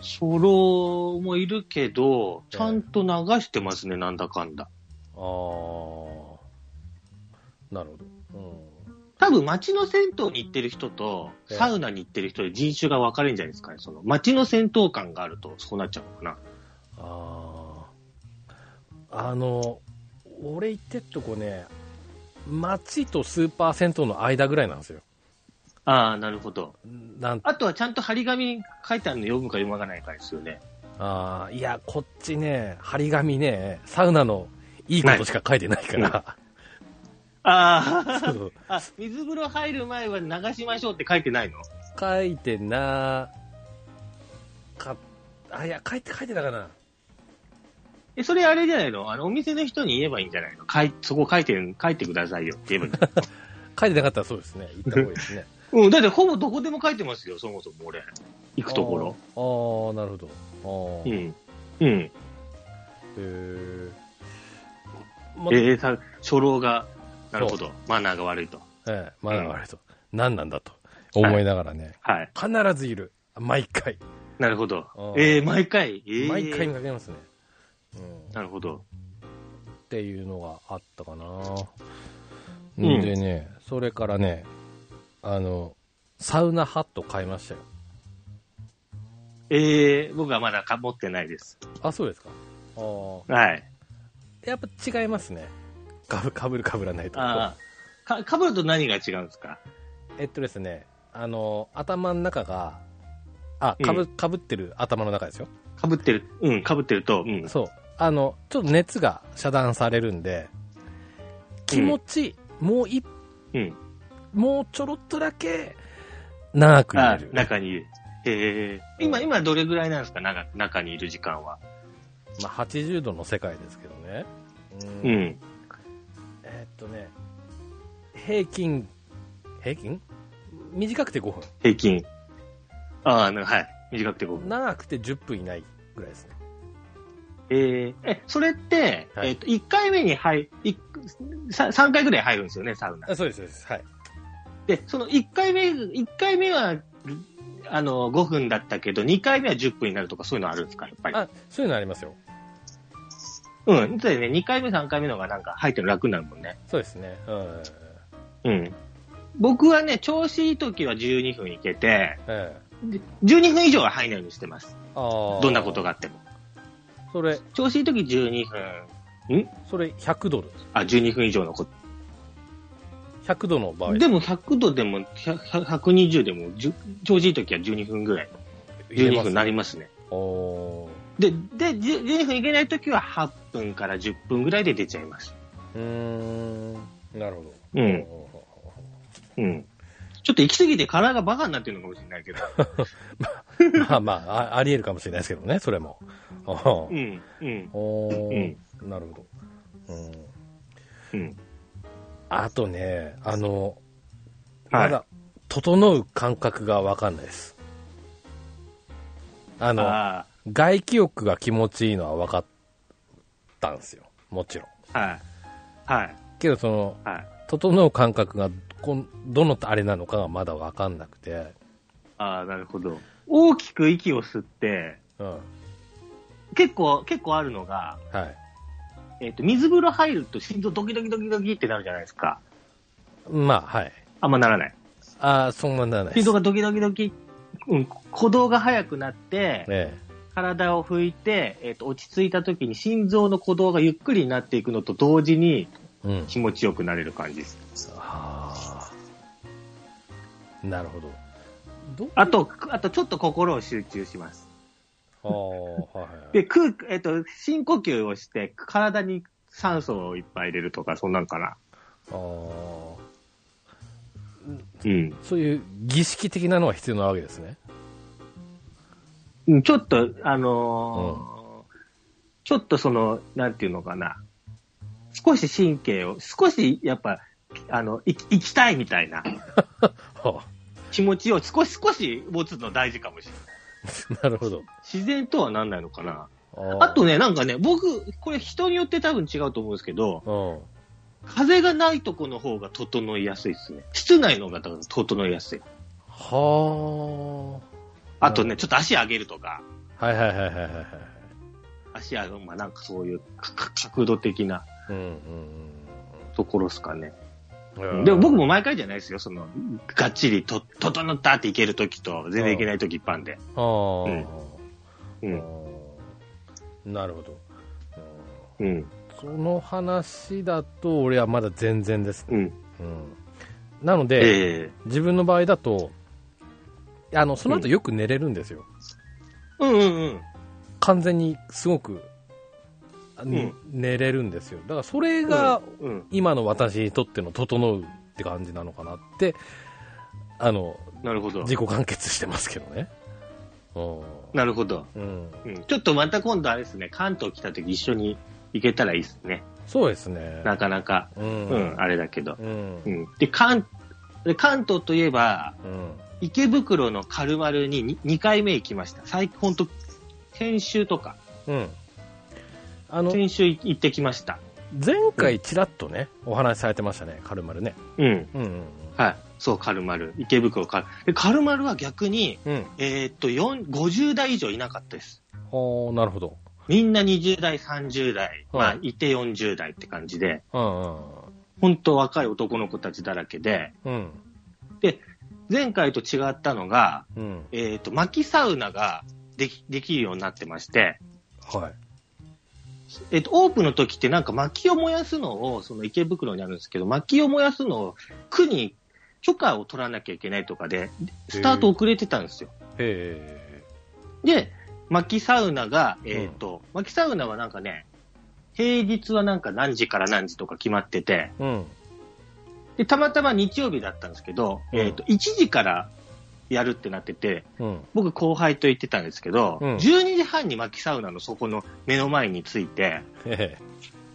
[SPEAKER 2] 初老もいるけど、ちゃんと流してますね、なんだかんだ。
[SPEAKER 1] あーなるほど、
[SPEAKER 2] 多分街の銭湯に行ってる人と、
[SPEAKER 1] ええ
[SPEAKER 2] サウナに行ってる人で人種が分かれるんじゃないですかね。その街の銭湯感があると、そうなっちゃうのかな。
[SPEAKER 1] うん、あああの俺行ってっとこね街とスーパー銭湯の間ぐらいなんですよ
[SPEAKER 2] ああ、なるほど。
[SPEAKER 1] なん
[SPEAKER 2] あとはちゃんと張り紙書いてあるの読むか読まないかですよね。
[SPEAKER 1] あーいや、こっちね、張り紙ね、サウナのいいことしか書いてないから、
[SPEAKER 2] あ
[SPEAKER 1] そ
[SPEAKER 2] あ、
[SPEAKER 1] う
[SPEAKER 2] あ、 水風呂入る前は流しましょうって書いてないの
[SPEAKER 1] 書いてなかっあ、いや、書いて、書いてたかな。
[SPEAKER 2] え、それあれじゃないのあの、お店の人に言えばいいんじゃないのかいそこ書いて、書いてくださいよって言えばいいの
[SPEAKER 1] 書いてなかったらそうですね。行った方がいいですね。
[SPEAKER 2] うん、だってほぼどこでも書いてますよ、そもそも俺。行くところ。
[SPEAKER 1] ろ。あーあー、なるほど。あ
[SPEAKER 2] う
[SPEAKER 1] ーへ
[SPEAKER 2] ん。うん。
[SPEAKER 1] え。
[SPEAKER 2] え
[SPEAKER 1] ま
[SPEAKER 2] ー、さ、初老が、なるほど。マナーが悪いと。
[SPEAKER 1] ええ、まだ悪いと。何なんだと思いながらね。
[SPEAKER 2] はい。
[SPEAKER 1] 必ずいる。毎回。
[SPEAKER 2] なるほど
[SPEAKER 1] あ。ー
[SPEAKER 2] えー、毎回。えー、
[SPEAKER 1] 毎回見かけますね。うん
[SPEAKER 2] なるほど。
[SPEAKER 1] っていうのがあったかな。
[SPEAKER 2] うん
[SPEAKER 1] でね、それからね、あの、サウナハット買いましたよ。
[SPEAKER 2] えー、僕はまだか持ってないです。
[SPEAKER 1] あ、そうですか。あー
[SPEAKER 2] はい。
[SPEAKER 1] やっぱ違いますね。かぶかぶるかぶらないと。
[SPEAKER 2] ああ。か、かぶると何が違うんですか
[SPEAKER 1] えっとですね、あの、頭の中が、あ、
[SPEAKER 2] うん
[SPEAKER 1] かぶ、かぶってる頭の中ですよ。
[SPEAKER 2] かぶってる、うん、かぶってると、うん。
[SPEAKER 1] そう。あの、ちょっと熱が遮断されるんで、気持ち、もう一、
[SPEAKER 2] うん。
[SPEAKER 1] もうちょろっとだけ、長く
[SPEAKER 2] あ
[SPEAKER 1] 入れる。
[SPEAKER 2] 中にいる。へえ。今、今どれぐらいなんですか中中にいる時間は。
[SPEAKER 1] まあ、80度の世界ですけどね。う
[SPEAKER 2] う。ん。
[SPEAKER 1] えーっとね、平均、平均短くて5
[SPEAKER 2] 平均。ああ、なはい。短くて5
[SPEAKER 1] 分。
[SPEAKER 2] 分。
[SPEAKER 1] 長くて10分以内ぐらいですね。
[SPEAKER 2] えええ、それって、
[SPEAKER 1] はい
[SPEAKER 2] えっと、1回目に入、いさ3回ぐらい入るんですよね、サウナ。
[SPEAKER 1] あそうです、そうです。はい。
[SPEAKER 2] で、その1回目、一回目は、あの、5分だったけど、2回目は10分になるとかそういうのあるんですか、やっぱり。
[SPEAKER 1] あ、そういうのありますよ。
[SPEAKER 2] うん。だよね、2回目、3回目の方がなんか入ってるの楽になるもんね。
[SPEAKER 1] そうですね。うん。
[SPEAKER 2] うん。僕はね、調子いい時は12分いけて、
[SPEAKER 1] ええ
[SPEAKER 2] で12分以上は入らないようにしてます。
[SPEAKER 1] ああ。
[SPEAKER 2] どんなことがあっても。
[SPEAKER 1] それ、
[SPEAKER 2] 調子いい時12分。
[SPEAKER 1] それ100度です。
[SPEAKER 2] あ、12分以上のこと。
[SPEAKER 1] 100度の場合。
[SPEAKER 2] でも100度でも、100 120でも、10調子いい時は12分ぐらい。12分にな
[SPEAKER 1] り
[SPEAKER 2] りますね。
[SPEAKER 1] おー
[SPEAKER 2] で、で、10 12分いけない時は8分から10分ぐらいで出ちゃいます。
[SPEAKER 1] うーん。なるほど。う
[SPEAKER 2] う。
[SPEAKER 1] ん
[SPEAKER 2] うん。ちょっと行き過ぎて体がバカになってるのかもしれないけど。
[SPEAKER 1] まあまあ、ああり得るかもしれないですけどね、それも。あー
[SPEAKER 2] うん。うん。
[SPEAKER 1] おーなるほど。うん。
[SPEAKER 2] うん。
[SPEAKER 1] あとね、あの、
[SPEAKER 2] は
[SPEAKER 1] ま
[SPEAKER 2] い
[SPEAKER 1] だ、整う感覚がわかんないです。あの、
[SPEAKER 2] あ
[SPEAKER 1] 外気浴が気持ちいいのは分かったんですよ。もちろん。
[SPEAKER 2] あ、はい。はい。
[SPEAKER 1] けど、その、
[SPEAKER 2] はい。
[SPEAKER 1] 整う感覚がこん、どのあれなのかがまだ分かんなくて、
[SPEAKER 2] ああ、なるほど。大きく息を吸って、
[SPEAKER 1] うん。は
[SPEAKER 2] 結構、結構あるのが、
[SPEAKER 1] い。
[SPEAKER 2] えっ、と、水風呂入ると心臓ドキドキドキドキってなるじゃないですか。
[SPEAKER 1] まあ、はい。
[SPEAKER 2] あんまならない。
[SPEAKER 1] ああ、そんなにならないで
[SPEAKER 2] 心
[SPEAKER 1] す。
[SPEAKER 2] 臓がドキドキドキ、うん、鼓動が速くなって、
[SPEAKER 1] え
[SPEAKER 2] 体を拭いて、えっ、と、落ち着いた時に心臓の鼓動がゆっくりになっていくのと同時
[SPEAKER 1] え。
[SPEAKER 2] に
[SPEAKER 1] うん。
[SPEAKER 2] 気持ちよくなれる感じです。
[SPEAKER 1] ああ。なるほど。どう
[SPEAKER 2] あと、くあとちょっと心を集中します。
[SPEAKER 1] ああ、はいはいはい。
[SPEAKER 2] で、空、えっ、と、深呼吸をして、体に酸素をいっぱい入れるとか、そんなんかな。
[SPEAKER 1] あー
[SPEAKER 2] うん。
[SPEAKER 1] そういう儀式的なのは必要なわけですね。
[SPEAKER 2] うんちょっと、あのーちょっとその、なんていうのかな。少し神経を、少しやっぱ、あの、い生きたいみたいな
[SPEAKER 1] は
[SPEAKER 2] 気持ちを少し少し持つの大事かもしれない。
[SPEAKER 1] あ、 なるほど。
[SPEAKER 2] 自然とはなんないのかな。
[SPEAKER 1] あ
[SPEAKER 2] あとね、なんかね、僕、これ人によって多分違うと思うんですけど、
[SPEAKER 1] と、
[SPEAKER 2] 風がないとこの方が整いやすいですね。室内の方が多分整いやすい。
[SPEAKER 1] うん。は
[SPEAKER 2] あとね、ちょっと足上げるとか、
[SPEAKER 1] あ。はいはいはいはいはいはい。
[SPEAKER 2] 足上げる、まあなんかそういうかか角度的な
[SPEAKER 1] うんうん
[SPEAKER 2] ところですかね。
[SPEAKER 1] うんうん。
[SPEAKER 2] でも僕も毎回じゃないですよ、その、がっちりと、整ったっていけるときと、全然いけないとき一般で。
[SPEAKER 1] ああ、
[SPEAKER 2] うん、
[SPEAKER 1] なるほど。
[SPEAKER 2] うん、
[SPEAKER 1] その話だと、俺はまだ全然ですね。
[SPEAKER 2] う
[SPEAKER 1] う
[SPEAKER 2] ん。
[SPEAKER 1] ん。なので、
[SPEAKER 2] ええ
[SPEAKER 1] 自分の場合だと、あの、その後よく寝れるんですよ。
[SPEAKER 2] うんうんうん。
[SPEAKER 1] 完全にすごく、あ
[SPEAKER 2] ん
[SPEAKER 1] ね寝れるんですよ。だからそれが
[SPEAKER 2] うん、
[SPEAKER 1] 今の私にとっての整うって感じなのかなって、あの、
[SPEAKER 2] なるほど。
[SPEAKER 1] 自己完結してますけどね。
[SPEAKER 2] なるほど。
[SPEAKER 1] うん、
[SPEAKER 2] うん、ちょっとまた今度あれですね、関東来た時一緒に行けたらいいですね。
[SPEAKER 1] そうですね。
[SPEAKER 2] なかなか、
[SPEAKER 1] うん
[SPEAKER 2] うん、あれだけど。
[SPEAKER 1] うん
[SPEAKER 2] う。ん。で、関、で関東といえば、
[SPEAKER 1] うん。
[SPEAKER 2] 池袋のカルマルに 2, 回目行きました。最近、ほんと、先週とか、
[SPEAKER 1] うん。あの、
[SPEAKER 2] 先週行ってきました。
[SPEAKER 1] 前回ちらっとね、お話しされてましたね、カルマルね。
[SPEAKER 2] うん。
[SPEAKER 1] うんうん
[SPEAKER 2] はい。そう、カルマル。池袋カル。で、カルマルは逆に、
[SPEAKER 1] うん。うん。
[SPEAKER 2] えーっと、4 50代以上いなかったです。
[SPEAKER 1] おーなるほど。
[SPEAKER 2] みんな20代、30代、ま
[SPEAKER 1] は
[SPEAKER 2] あ
[SPEAKER 1] い、
[SPEAKER 2] いて40代って感じで、
[SPEAKER 1] うんうん
[SPEAKER 2] ほんと若い男の子たちだらけで、
[SPEAKER 1] うん。
[SPEAKER 2] 前回と違ったのが、
[SPEAKER 1] うん。
[SPEAKER 2] えーっと、薪サウナができ、できるようになってまして、
[SPEAKER 1] はい。
[SPEAKER 2] えっと、オープンの時ってなんか薪を燃やすのを、その池袋にあるんですけど、薪を燃やすのを区に許可を取らなきゃいけないとかで、スタート遅れてたんですよ。
[SPEAKER 1] へ
[SPEAKER 2] で、薪サウナが、えっ、と、薪サウナはなんかね、平日はなんか何時から何時とか決まってて、
[SPEAKER 1] え。うん。
[SPEAKER 2] で、たまたま日曜日だったんですけど、
[SPEAKER 1] うん
[SPEAKER 2] えっ、と、1時からやるってなってて、
[SPEAKER 1] うん。
[SPEAKER 2] 僕後輩と言ってたんですけど、
[SPEAKER 1] うん
[SPEAKER 2] 12時半に薪サウナのそこの目の前に着いて、
[SPEAKER 1] へえ。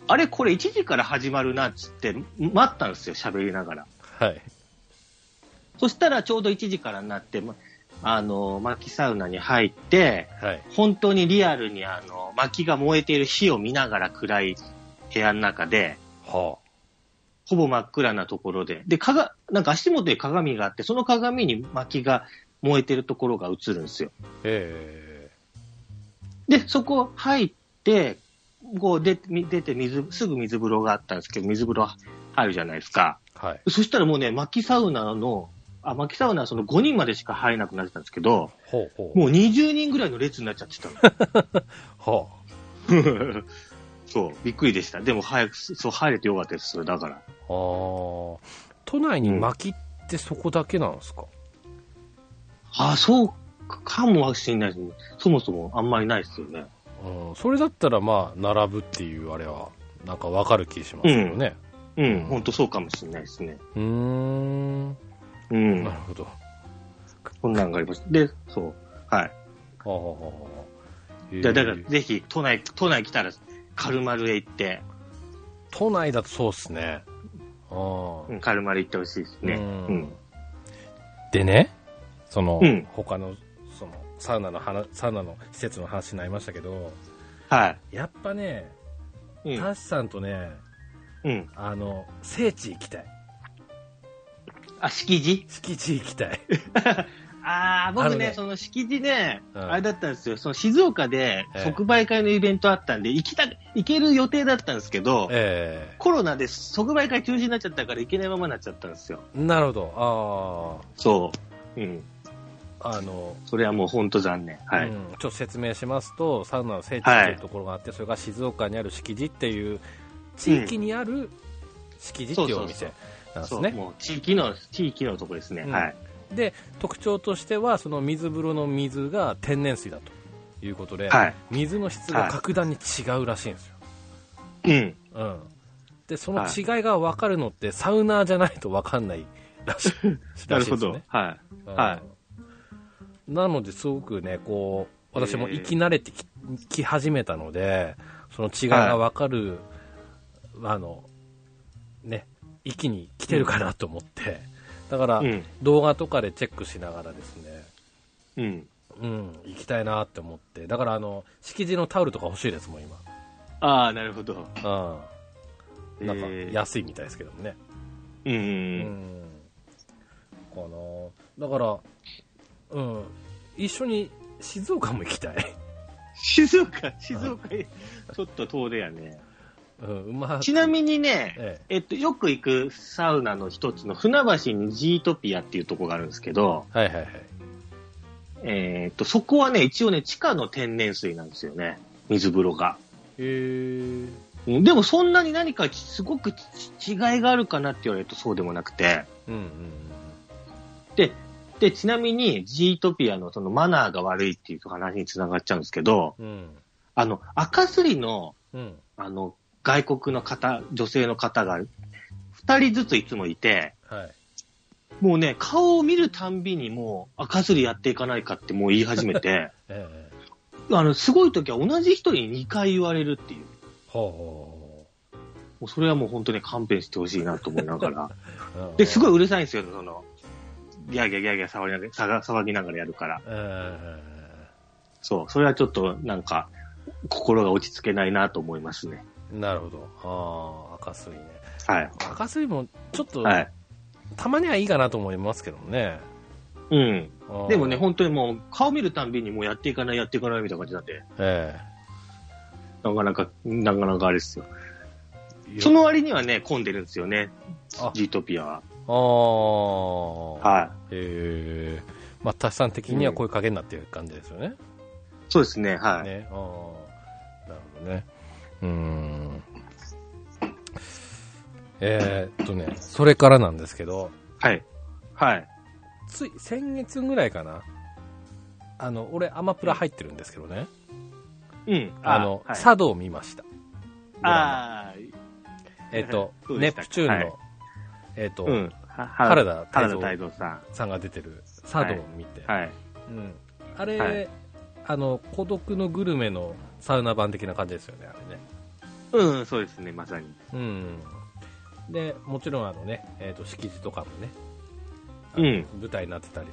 [SPEAKER 2] あれ、これ1時から始まるなっつって、待ったんですよ、喋りながら。
[SPEAKER 1] はい。
[SPEAKER 2] そしたらちょうど1時からになって、まあの、薪サウナに入って、
[SPEAKER 1] はい。
[SPEAKER 2] 本当にリアルにあの、薪が燃えている火を見ながら暗い部屋の中で、
[SPEAKER 1] は
[SPEAKER 2] ほぼ真っ暗なところで、で、かが、なんか足元に鏡があって、その鏡に薪が燃えてるところが映るんですよ。
[SPEAKER 1] あ。へ
[SPEAKER 2] で、そこ入って、こう出て、出て水、すぐ水風呂があったんですけど、水風呂入るじゃないですか。
[SPEAKER 1] え。はい。
[SPEAKER 2] そしたらもうね、薪サウナの、あ、薪サウナはその5人までしか入れなくなってたんですけど、
[SPEAKER 1] ほうほう。
[SPEAKER 2] もう20人ぐらいの列になっちゃってたの。
[SPEAKER 1] は
[SPEAKER 2] そう、びっくりでした。でも早く、そう、入れてよかったです、それだから。
[SPEAKER 1] あ。ああ。都内に薪ってそこだけなんですか、
[SPEAKER 2] あ、そうかもしれないですね。そもそもあんまりないですよね。
[SPEAKER 1] うん、それだったらまあ、並ぶっていうあれは、なんかわかる気しますけどね。
[SPEAKER 2] うん、ほんとそうかもしれないですね。
[SPEAKER 1] うーん。
[SPEAKER 2] う
[SPEAKER 1] なる
[SPEAKER 2] ん、
[SPEAKER 1] ほど。
[SPEAKER 2] こんなんがありました。で、そう、は
[SPEAKER 1] あ
[SPEAKER 2] い。
[SPEAKER 1] あ。
[SPEAKER 2] じゃあだから、
[SPEAKER 1] えー
[SPEAKER 2] ぜひ、都内、都内来たら、カルマルへ行って、
[SPEAKER 1] 都内だとそうっすね。ああ
[SPEAKER 2] う。ん、カルマル行ってほしいですね。
[SPEAKER 1] うん
[SPEAKER 2] うん。
[SPEAKER 1] でね、その、
[SPEAKER 2] うん
[SPEAKER 1] 他の、その、サウナの話、サウナの施設の話になりましたけど、
[SPEAKER 2] は
[SPEAKER 1] やっぱね、
[SPEAKER 2] い。う
[SPEAKER 1] タ
[SPEAKER 2] ん。
[SPEAKER 1] ッシさんとね、
[SPEAKER 2] うん、
[SPEAKER 1] あの、聖地行きたい。
[SPEAKER 2] あ、敷地
[SPEAKER 1] 敷地行きたい。
[SPEAKER 2] ああ、
[SPEAKER 1] あ
[SPEAKER 2] 僕
[SPEAKER 1] の
[SPEAKER 2] ね
[SPEAKER 1] ね
[SPEAKER 2] その敷地ね、
[SPEAKER 1] うん
[SPEAKER 2] あれだったんですよ、その静岡で
[SPEAKER 1] ええ
[SPEAKER 2] 即売会のイベントあったんで、行きた、行ける予定だったんですけど、
[SPEAKER 1] え
[SPEAKER 2] コロナで即売会中止になっちゃったから行けないままになっちゃったんですよ。
[SPEAKER 1] えなるほど。
[SPEAKER 2] そう。うん。
[SPEAKER 1] ああ。あの、
[SPEAKER 2] それはもう本当残念。はい。
[SPEAKER 1] うん、ちょっと説明しますとサウナの聖地っていうところがあって、それが静岡にある敷地っていう地域にある敷地っていうお店なんです
[SPEAKER 2] そう、
[SPEAKER 1] ね、
[SPEAKER 2] もう地域の、地域のとこですね。
[SPEAKER 1] うん
[SPEAKER 2] はい。
[SPEAKER 1] で特徴としてはその水風呂の水が天然水だということで、
[SPEAKER 2] はい。
[SPEAKER 1] 水の質が格段に違うらしいんですよ、
[SPEAKER 2] うん。
[SPEAKER 1] うん、でその違いが分かるのってサウナーじゃないと分かんないら しいら
[SPEAKER 2] なる
[SPEAKER 1] しい
[SPEAKER 2] ほ
[SPEAKER 1] んです
[SPEAKER 2] ど。
[SPEAKER 1] よね
[SPEAKER 2] はは
[SPEAKER 1] なのですごくね、こう、私も生き慣れてき,、き始めたので、その違いがわかる、あの、ね、息に来てるかなと思って、だから、
[SPEAKER 2] い。うん。
[SPEAKER 1] 動画とかでチェックしながらですね、
[SPEAKER 2] うん。
[SPEAKER 1] うん、行きたいなって思って、だからあの、敷地のタオルとか欲しいですもん、今。
[SPEAKER 2] ああ、なるほど。
[SPEAKER 1] うん。なんか
[SPEAKER 2] え、ー
[SPEAKER 1] 安いみたいですけどもね。
[SPEAKER 2] うんう。
[SPEAKER 1] うんん。かなだから、うん、一緒に静岡も行きたい。
[SPEAKER 2] 静岡、静岡へ、ちょっと遠出やね。
[SPEAKER 1] うん、うまく
[SPEAKER 2] ちなみにね、
[SPEAKER 1] え
[SPEAKER 2] えっと、よく行くサウナの一つの船橋にジートピアっていうとこがあるんですけど、
[SPEAKER 1] え、はいはいはい。
[SPEAKER 2] えーっと、そこはね、一応ね、地下の天然水なんですよね。水風呂が。
[SPEAKER 1] えー、
[SPEAKER 2] うんでもそんなに何かすごくち違いがあるかなって言われるとそうでもなくて。
[SPEAKER 1] うんうん
[SPEAKER 2] で、で、ちなみにジートピアのそのマナーが悪いっていう話につながっちゃうんですけど、
[SPEAKER 1] うん。うん。
[SPEAKER 2] あの、赤すりの、
[SPEAKER 1] うん。
[SPEAKER 2] あの、外国の方、女性の方が、二人ずついつもいて、
[SPEAKER 1] はい。
[SPEAKER 2] もうね、顔を見るたんびにもう、赤ずりやっていかないかってもう言い始めて、
[SPEAKER 1] ええ
[SPEAKER 2] あの、すごい時は同じ人に2回言われるっていう。
[SPEAKER 1] は
[SPEAKER 2] もうそれはもう本当に勘弁してほしいなと思いながら。
[SPEAKER 1] あ。
[SPEAKER 2] で、すご
[SPEAKER 1] い。
[SPEAKER 2] いうるさいんですよ、その、ギャーギャーギャーギャー騒ぎながら騒ぎながらやるから。
[SPEAKER 1] ええ
[SPEAKER 2] そう、それはちょっとなんか、心が落ち着けないなと思いますね。
[SPEAKER 1] なるほど。ああ、赤水ね。
[SPEAKER 2] はい。
[SPEAKER 1] 赤水も、ちょっと、
[SPEAKER 2] はい。
[SPEAKER 1] たまにはいいかなと思いますけどね。
[SPEAKER 2] うん。
[SPEAKER 1] ああ
[SPEAKER 2] でもね、、本当にもう、顔見るたんびにもうやっていかない、やっていかないみたいな感じなんで、
[SPEAKER 1] え
[SPEAKER 2] なかなか、なかなかあれですよ。
[SPEAKER 1] え
[SPEAKER 2] その割にはね、混んでるんですよね
[SPEAKER 1] あ、
[SPEAKER 2] ジートピアは。
[SPEAKER 1] ああ。
[SPEAKER 2] はい。
[SPEAKER 1] ええまあ、達さん的にはこういう影になってる感じですよね。
[SPEAKER 2] そうですね、はい。
[SPEAKER 1] ね。ああ。なるほどね。うーん。えーっとね、それからなんですけど、
[SPEAKER 2] はい。はい。
[SPEAKER 1] つい、先月ぐらいかな。あの、俺、アマプラ入ってるんですけどね。
[SPEAKER 2] うん。
[SPEAKER 1] あの、
[SPEAKER 2] はい、
[SPEAKER 1] 茶道を見ました。
[SPEAKER 2] あー
[SPEAKER 1] えっ、
[SPEAKER 2] 、
[SPEAKER 1] と
[SPEAKER 2] どうで
[SPEAKER 1] ネ
[SPEAKER 2] したか
[SPEAKER 1] プチューンの、
[SPEAKER 2] はい
[SPEAKER 1] えっ、と、
[SPEAKER 2] うん。は
[SPEAKER 1] 原田
[SPEAKER 2] 原
[SPEAKER 1] 泰
[SPEAKER 2] 田
[SPEAKER 1] 造
[SPEAKER 2] 泰造さん。
[SPEAKER 1] さんが出てる茶道を見て、
[SPEAKER 2] はい。
[SPEAKER 1] うん、あれ、
[SPEAKER 2] はい
[SPEAKER 1] あの、孤独のグルメのサウナ版的な感じですよね、あれね。
[SPEAKER 2] うん、そうですね、まさに。
[SPEAKER 1] うん。で、もちろんあのね、えっ、と、敷地とかもね、あ
[SPEAKER 2] う
[SPEAKER 1] の
[SPEAKER 2] ん
[SPEAKER 1] 舞台になってたりし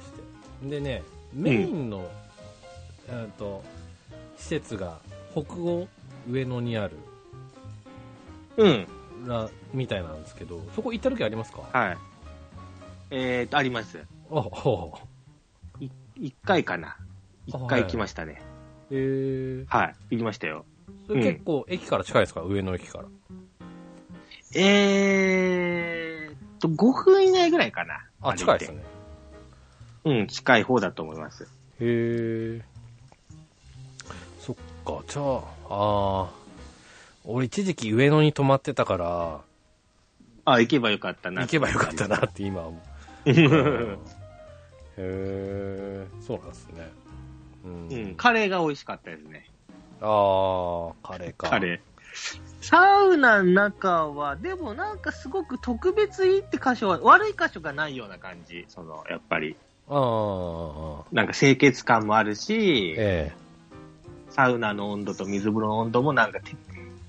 [SPEAKER 1] て。でね、メインの、えっと、施設が北欧上野にある
[SPEAKER 2] うん。
[SPEAKER 1] ら、みたいなんですけど、そこ行った時ありますか
[SPEAKER 2] はい。えーと、あります。
[SPEAKER 1] あ、ほう。
[SPEAKER 2] 一回かな。
[SPEAKER 1] あ
[SPEAKER 2] 一回来ましたね。
[SPEAKER 1] えー、
[SPEAKER 2] はい。行きましたよ。
[SPEAKER 1] それ結構駅から近いですか、上野駅から。
[SPEAKER 2] えーと、5分以内ぐらいかな。
[SPEAKER 1] あ、近いです
[SPEAKER 2] ね。
[SPEAKER 1] ね。
[SPEAKER 2] うん、近い方だと思います。
[SPEAKER 1] へえ。そっか、じゃあ、ああ。俺一時期上野に泊まってたから、
[SPEAKER 2] あ、行けばよかったな。
[SPEAKER 1] 行けばよかったなって今は思う。
[SPEAKER 2] うん。
[SPEAKER 1] へえ、そうなんですね。うん。
[SPEAKER 2] うんカレーが美味しかったですね。
[SPEAKER 1] ああ、カレーか。
[SPEAKER 2] カレー。サウナの中は、でもなんかすごく特別いいって箇所は、悪い箇所がないような感じ。その、やっぱり。
[SPEAKER 1] ああ、
[SPEAKER 2] なんか清潔感もあるし、
[SPEAKER 1] え
[SPEAKER 2] サウナの温度と水風呂の温度もなんかて、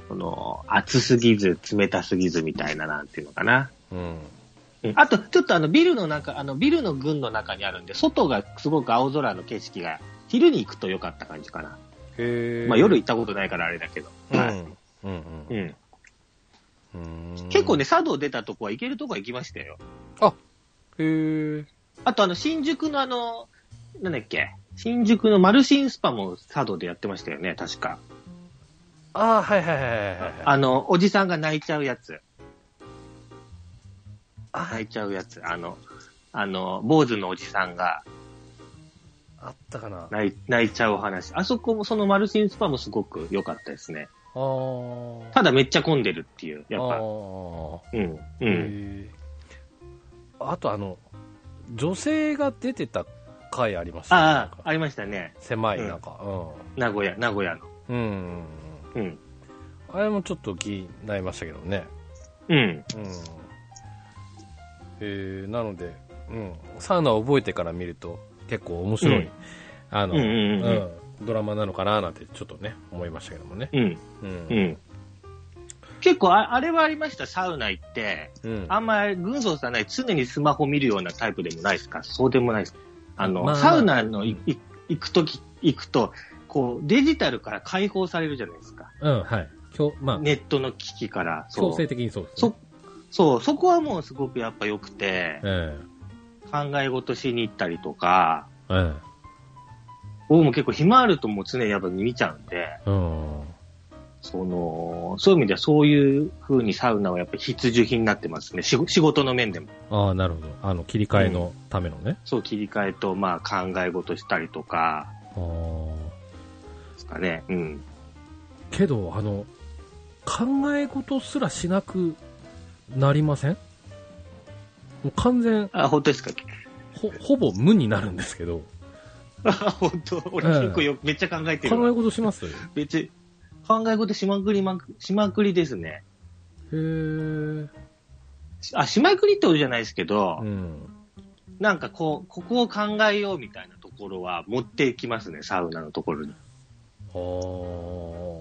[SPEAKER 2] その、暑すぎず、冷たすぎずみたいな、なんていうのかな。
[SPEAKER 1] え。うん。
[SPEAKER 2] うんあと、ちょっとあの、ビルの中、あの、ビルの群の中にあるんで、外がすごく青空の景色が、昼に行くと良かった感じかな。
[SPEAKER 1] へえ。
[SPEAKER 2] まあ、夜行ったことないからあれだけど。
[SPEAKER 1] うん。
[SPEAKER 2] はい
[SPEAKER 1] うん
[SPEAKER 2] う
[SPEAKER 1] うん
[SPEAKER 2] ん。
[SPEAKER 1] うん。
[SPEAKER 2] 結構ね、。佐渡出たとこは行けるとこは行きましたよ。
[SPEAKER 1] へえ。
[SPEAKER 2] あとあの、新宿のあの、なんだっけ、新宿のマルシンスパも佐渡でやってましたよね、確か。
[SPEAKER 1] ああ、はいはいはいはいはい。
[SPEAKER 2] あの、おじさんが泣いちゃうやつ。
[SPEAKER 1] あ
[SPEAKER 2] 泣いちゃうやつ。あの、あの、坊主のおじさんが
[SPEAKER 1] あったかな。あ
[SPEAKER 2] 泣い泣いちゃうお話。あそこも、そのマルシンスパもすごく良かったですね。
[SPEAKER 1] あー。
[SPEAKER 2] ただめっちゃ混んでるっていう、やっ
[SPEAKER 1] あ
[SPEAKER 2] ぱ。
[SPEAKER 1] ー
[SPEAKER 2] うん。うん。
[SPEAKER 1] へーあとあの女性が出てた回ありましたねなん
[SPEAKER 2] あ
[SPEAKER 1] か
[SPEAKER 2] あ、ありましたね。
[SPEAKER 1] 狭い中う
[SPEAKER 2] 名古屋、名古屋の。
[SPEAKER 1] ん、うんうんうん
[SPEAKER 2] うん。
[SPEAKER 1] あれもちょっと気になりましたけどね
[SPEAKER 2] うん。
[SPEAKER 1] うんえーなので、うん、サウナを覚えてから見ると結構面白い、
[SPEAKER 2] うん
[SPEAKER 1] あの
[SPEAKER 2] うんうんうん
[SPEAKER 1] うんドラマなのかななんてちょっとね思いましたけどもね
[SPEAKER 2] うん。
[SPEAKER 1] うん
[SPEAKER 2] うん。結構あ、あれはありました、サウナ行って。
[SPEAKER 1] うん
[SPEAKER 2] あんまり、軍曹さんない、常にスマホ見るようなタイプでもないですかそうでもないです。あの、
[SPEAKER 1] まあ
[SPEAKER 2] サウナのい
[SPEAKER 1] うん
[SPEAKER 2] い行くとき、行くと、こう、デジタルから解放されるじゃないですか。
[SPEAKER 1] うんはい強,、まあ
[SPEAKER 2] ネットの機器から。そう
[SPEAKER 1] 強制的にそうですね
[SPEAKER 2] そ、そう、そこはもうすごくやっぱ良くて、
[SPEAKER 1] え
[SPEAKER 2] 考え事しに行ったりとか、
[SPEAKER 1] ええ
[SPEAKER 2] 僕も結構暇あるともう常にやっぱ見ちゃうんで、
[SPEAKER 1] えうん
[SPEAKER 2] その、そういう意味ではそういう風にサウナはやっぱ必需品になってますね。仕仕事の面でも。
[SPEAKER 1] ああ、なるほど。あの、切り替えのためのね。
[SPEAKER 2] そう、切り替えと、まあ考え事したりとか、
[SPEAKER 1] あ
[SPEAKER 2] ですかね。うん。
[SPEAKER 1] あ。けど、あの、考え事すらしなくなりませんもう完全、
[SPEAKER 2] あ、本当ですか
[SPEAKER 1] ほ、ほぼ無になるんですけど、
[SPEAKER 2] あ、本当。俺
[SPEAKER 1] うん
[SPEAKER 2] 結構よ、めっちゃ考えて
[SPEAKER 1] 考え
[SPEAKER 2] る。
[SPEAKER 1] 事しますへ
[SPEAKER 2] めっちゃ、考え事しまくりまく、しまくりですね。
[SPEAKER 1] え。
[SPEAKER 2] あ、しまくりってことじゃないですけど、
[SPEAKER 1] うん。
[SPEAKER 2] なんかこう、ここを考えようみたいなところは持っていきますね、サウナのところに。
[SPEAKER 1] は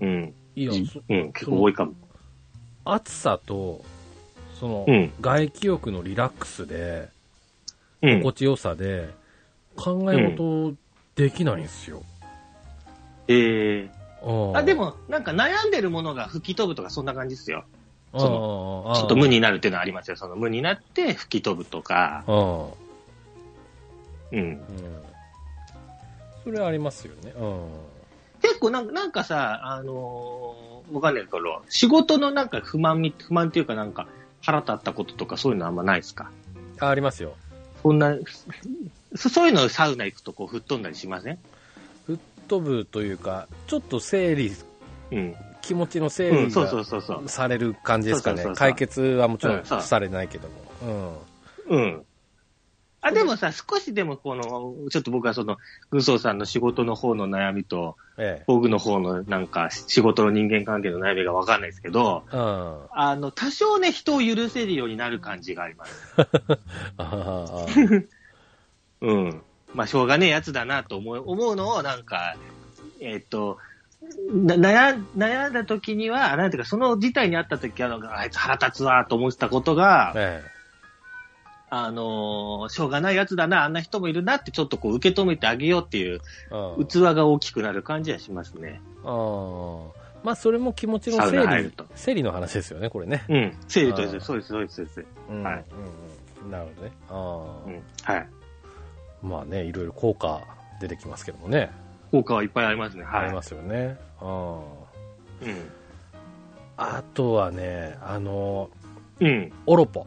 [SPEAKER 1] あ。
[SPEAKER 2] うん。
[SPEAKER 1] いや、そ
[SPEAKER 2] うん、結構多いかも。
[SPEAKER 1] 暑さと、その、
[SPEAKER 2] うん。
[SPEAKER 1] 外気浴のリラックスで、
[SPEAKER 2] うん。
[SPEAKER 1] 心地よさで、考え事できないんですよ。
[SPEAKER 2] えー、
[SPEAKER 1] あ
[SPEAKER 2] あ、で、も、なんか悩んでるものが吹き飛ぶとか、そんな感じですよ。
[SPEAKER 1] あー
[SPEAKER 2] そ
[SPEAKER 1] あー
[SPEAKER 2] ちょっと無になるっていうのはありますよ。その無になって吹き飛ぶとか。
[SPEAKER 1] あー
[SPEAKER 2] うん。
[SPEAKER 1] うん。それはありますよね。うん。
[SPEAKER 2] 結構なんか、なんかさ、あのーわかんないけど、仕事のなんか不満み、不満っていうかなんか、腹立ったこととかそういうのあんまないですか
[SPEAKER 1] あありますよ。
[SPEAKER 2] そんな、そそういうのサウナ行くとこう吹っ飛んだりしません
[SPEAKER 1] 吹っ飛ぶというか、ちょっと整理、
[SPEAKER 2] うん。
[SPEAKER 1] 気持ちの整
[SPEAKER 2] う
[SPEAKER 1] 理
[SPEAKER 2] ん、そうそう
[SPEAKER 1] が
[SPEAKER 2] そうそう。
[SPEAKER 1] される感じですか
[SPEAKER 2] そう
[SPEAKER 1] ね
[SPEAKER 2] そうそうそ。う
[SPEAKER 1] 解決はもちろ
[SPEAKER 2] うんんそう
[SPEAKER 1] されないけども。
[SPEAKER 2] うん。あ、でもさ、少しでもこの、ちょっと僕はその、軍曹さんの仕事の方の悩みと、
[SPEAKER 1] うん。ええ。
[SPEAKER 2] 僕の方のなんか仕事の人間関係の悩みがわかんないですけど、
[SPEAKER 1] うん。 あ
[SPEAKER 2] あの、多少ね、人を許せるようになる感じがあります。
[SPEAKER 1] あ。
[SPEAKER 2] うん。まあ、しょうがねえやつだなと思う、思うのをなんか、えっ、と、な悩ん悩んだ時には、なんていうか、その事態にあった時は、なんかあいつ腹立つわと思ってたことが、
[SPEAKER 1] え
[SPEAKER 2] あのーしょうがないやつだな、あんな人もいるなって、ちょっとこう受け止めてあげようっていう、
[SPEAKER 1] え。うん。
[SPEAKER 2] 器が大きくなる感じはしますね。
[SPEAKER 1] ああ。まあ、それも気持ちの
[SPEAKER 2] サウナ
[SPEAKER 1] 整
[SPEAKER 2] 入る
[SPEAKER 1] 理
[SPEAKER 2] と、
[SPEAKER 1] 整理の話ですよね、これね。
[SPEAKER 2] うん。整理と
[SPEAKER 1] あー
[SPEAKER 2] そうです、そうです、そうです。
[SPEAKER 1] うん
[SPEAKER 2] はい。
[SPEAKER 1] うんうんなるほどね。あ
[SPEAKER 2] うん。は
[SPEAKER 1] あ。
[SPEAKER 2] い。
[SPEAKER 1] まあね、いろいろ効果出てきますけどもね。
[SPEAKER 2] 効果はいっぱいありますね。は
[SPEAKER 1] あ
[SPEAKER 2] い。
[SPEAKER 1] りますよね。あ
[SPEAKER 2] うん。
[SPEAKER 1] あ。あとはね、あの、
[SPEAKER 2] うん。
[SPEAKER 1] オロポ。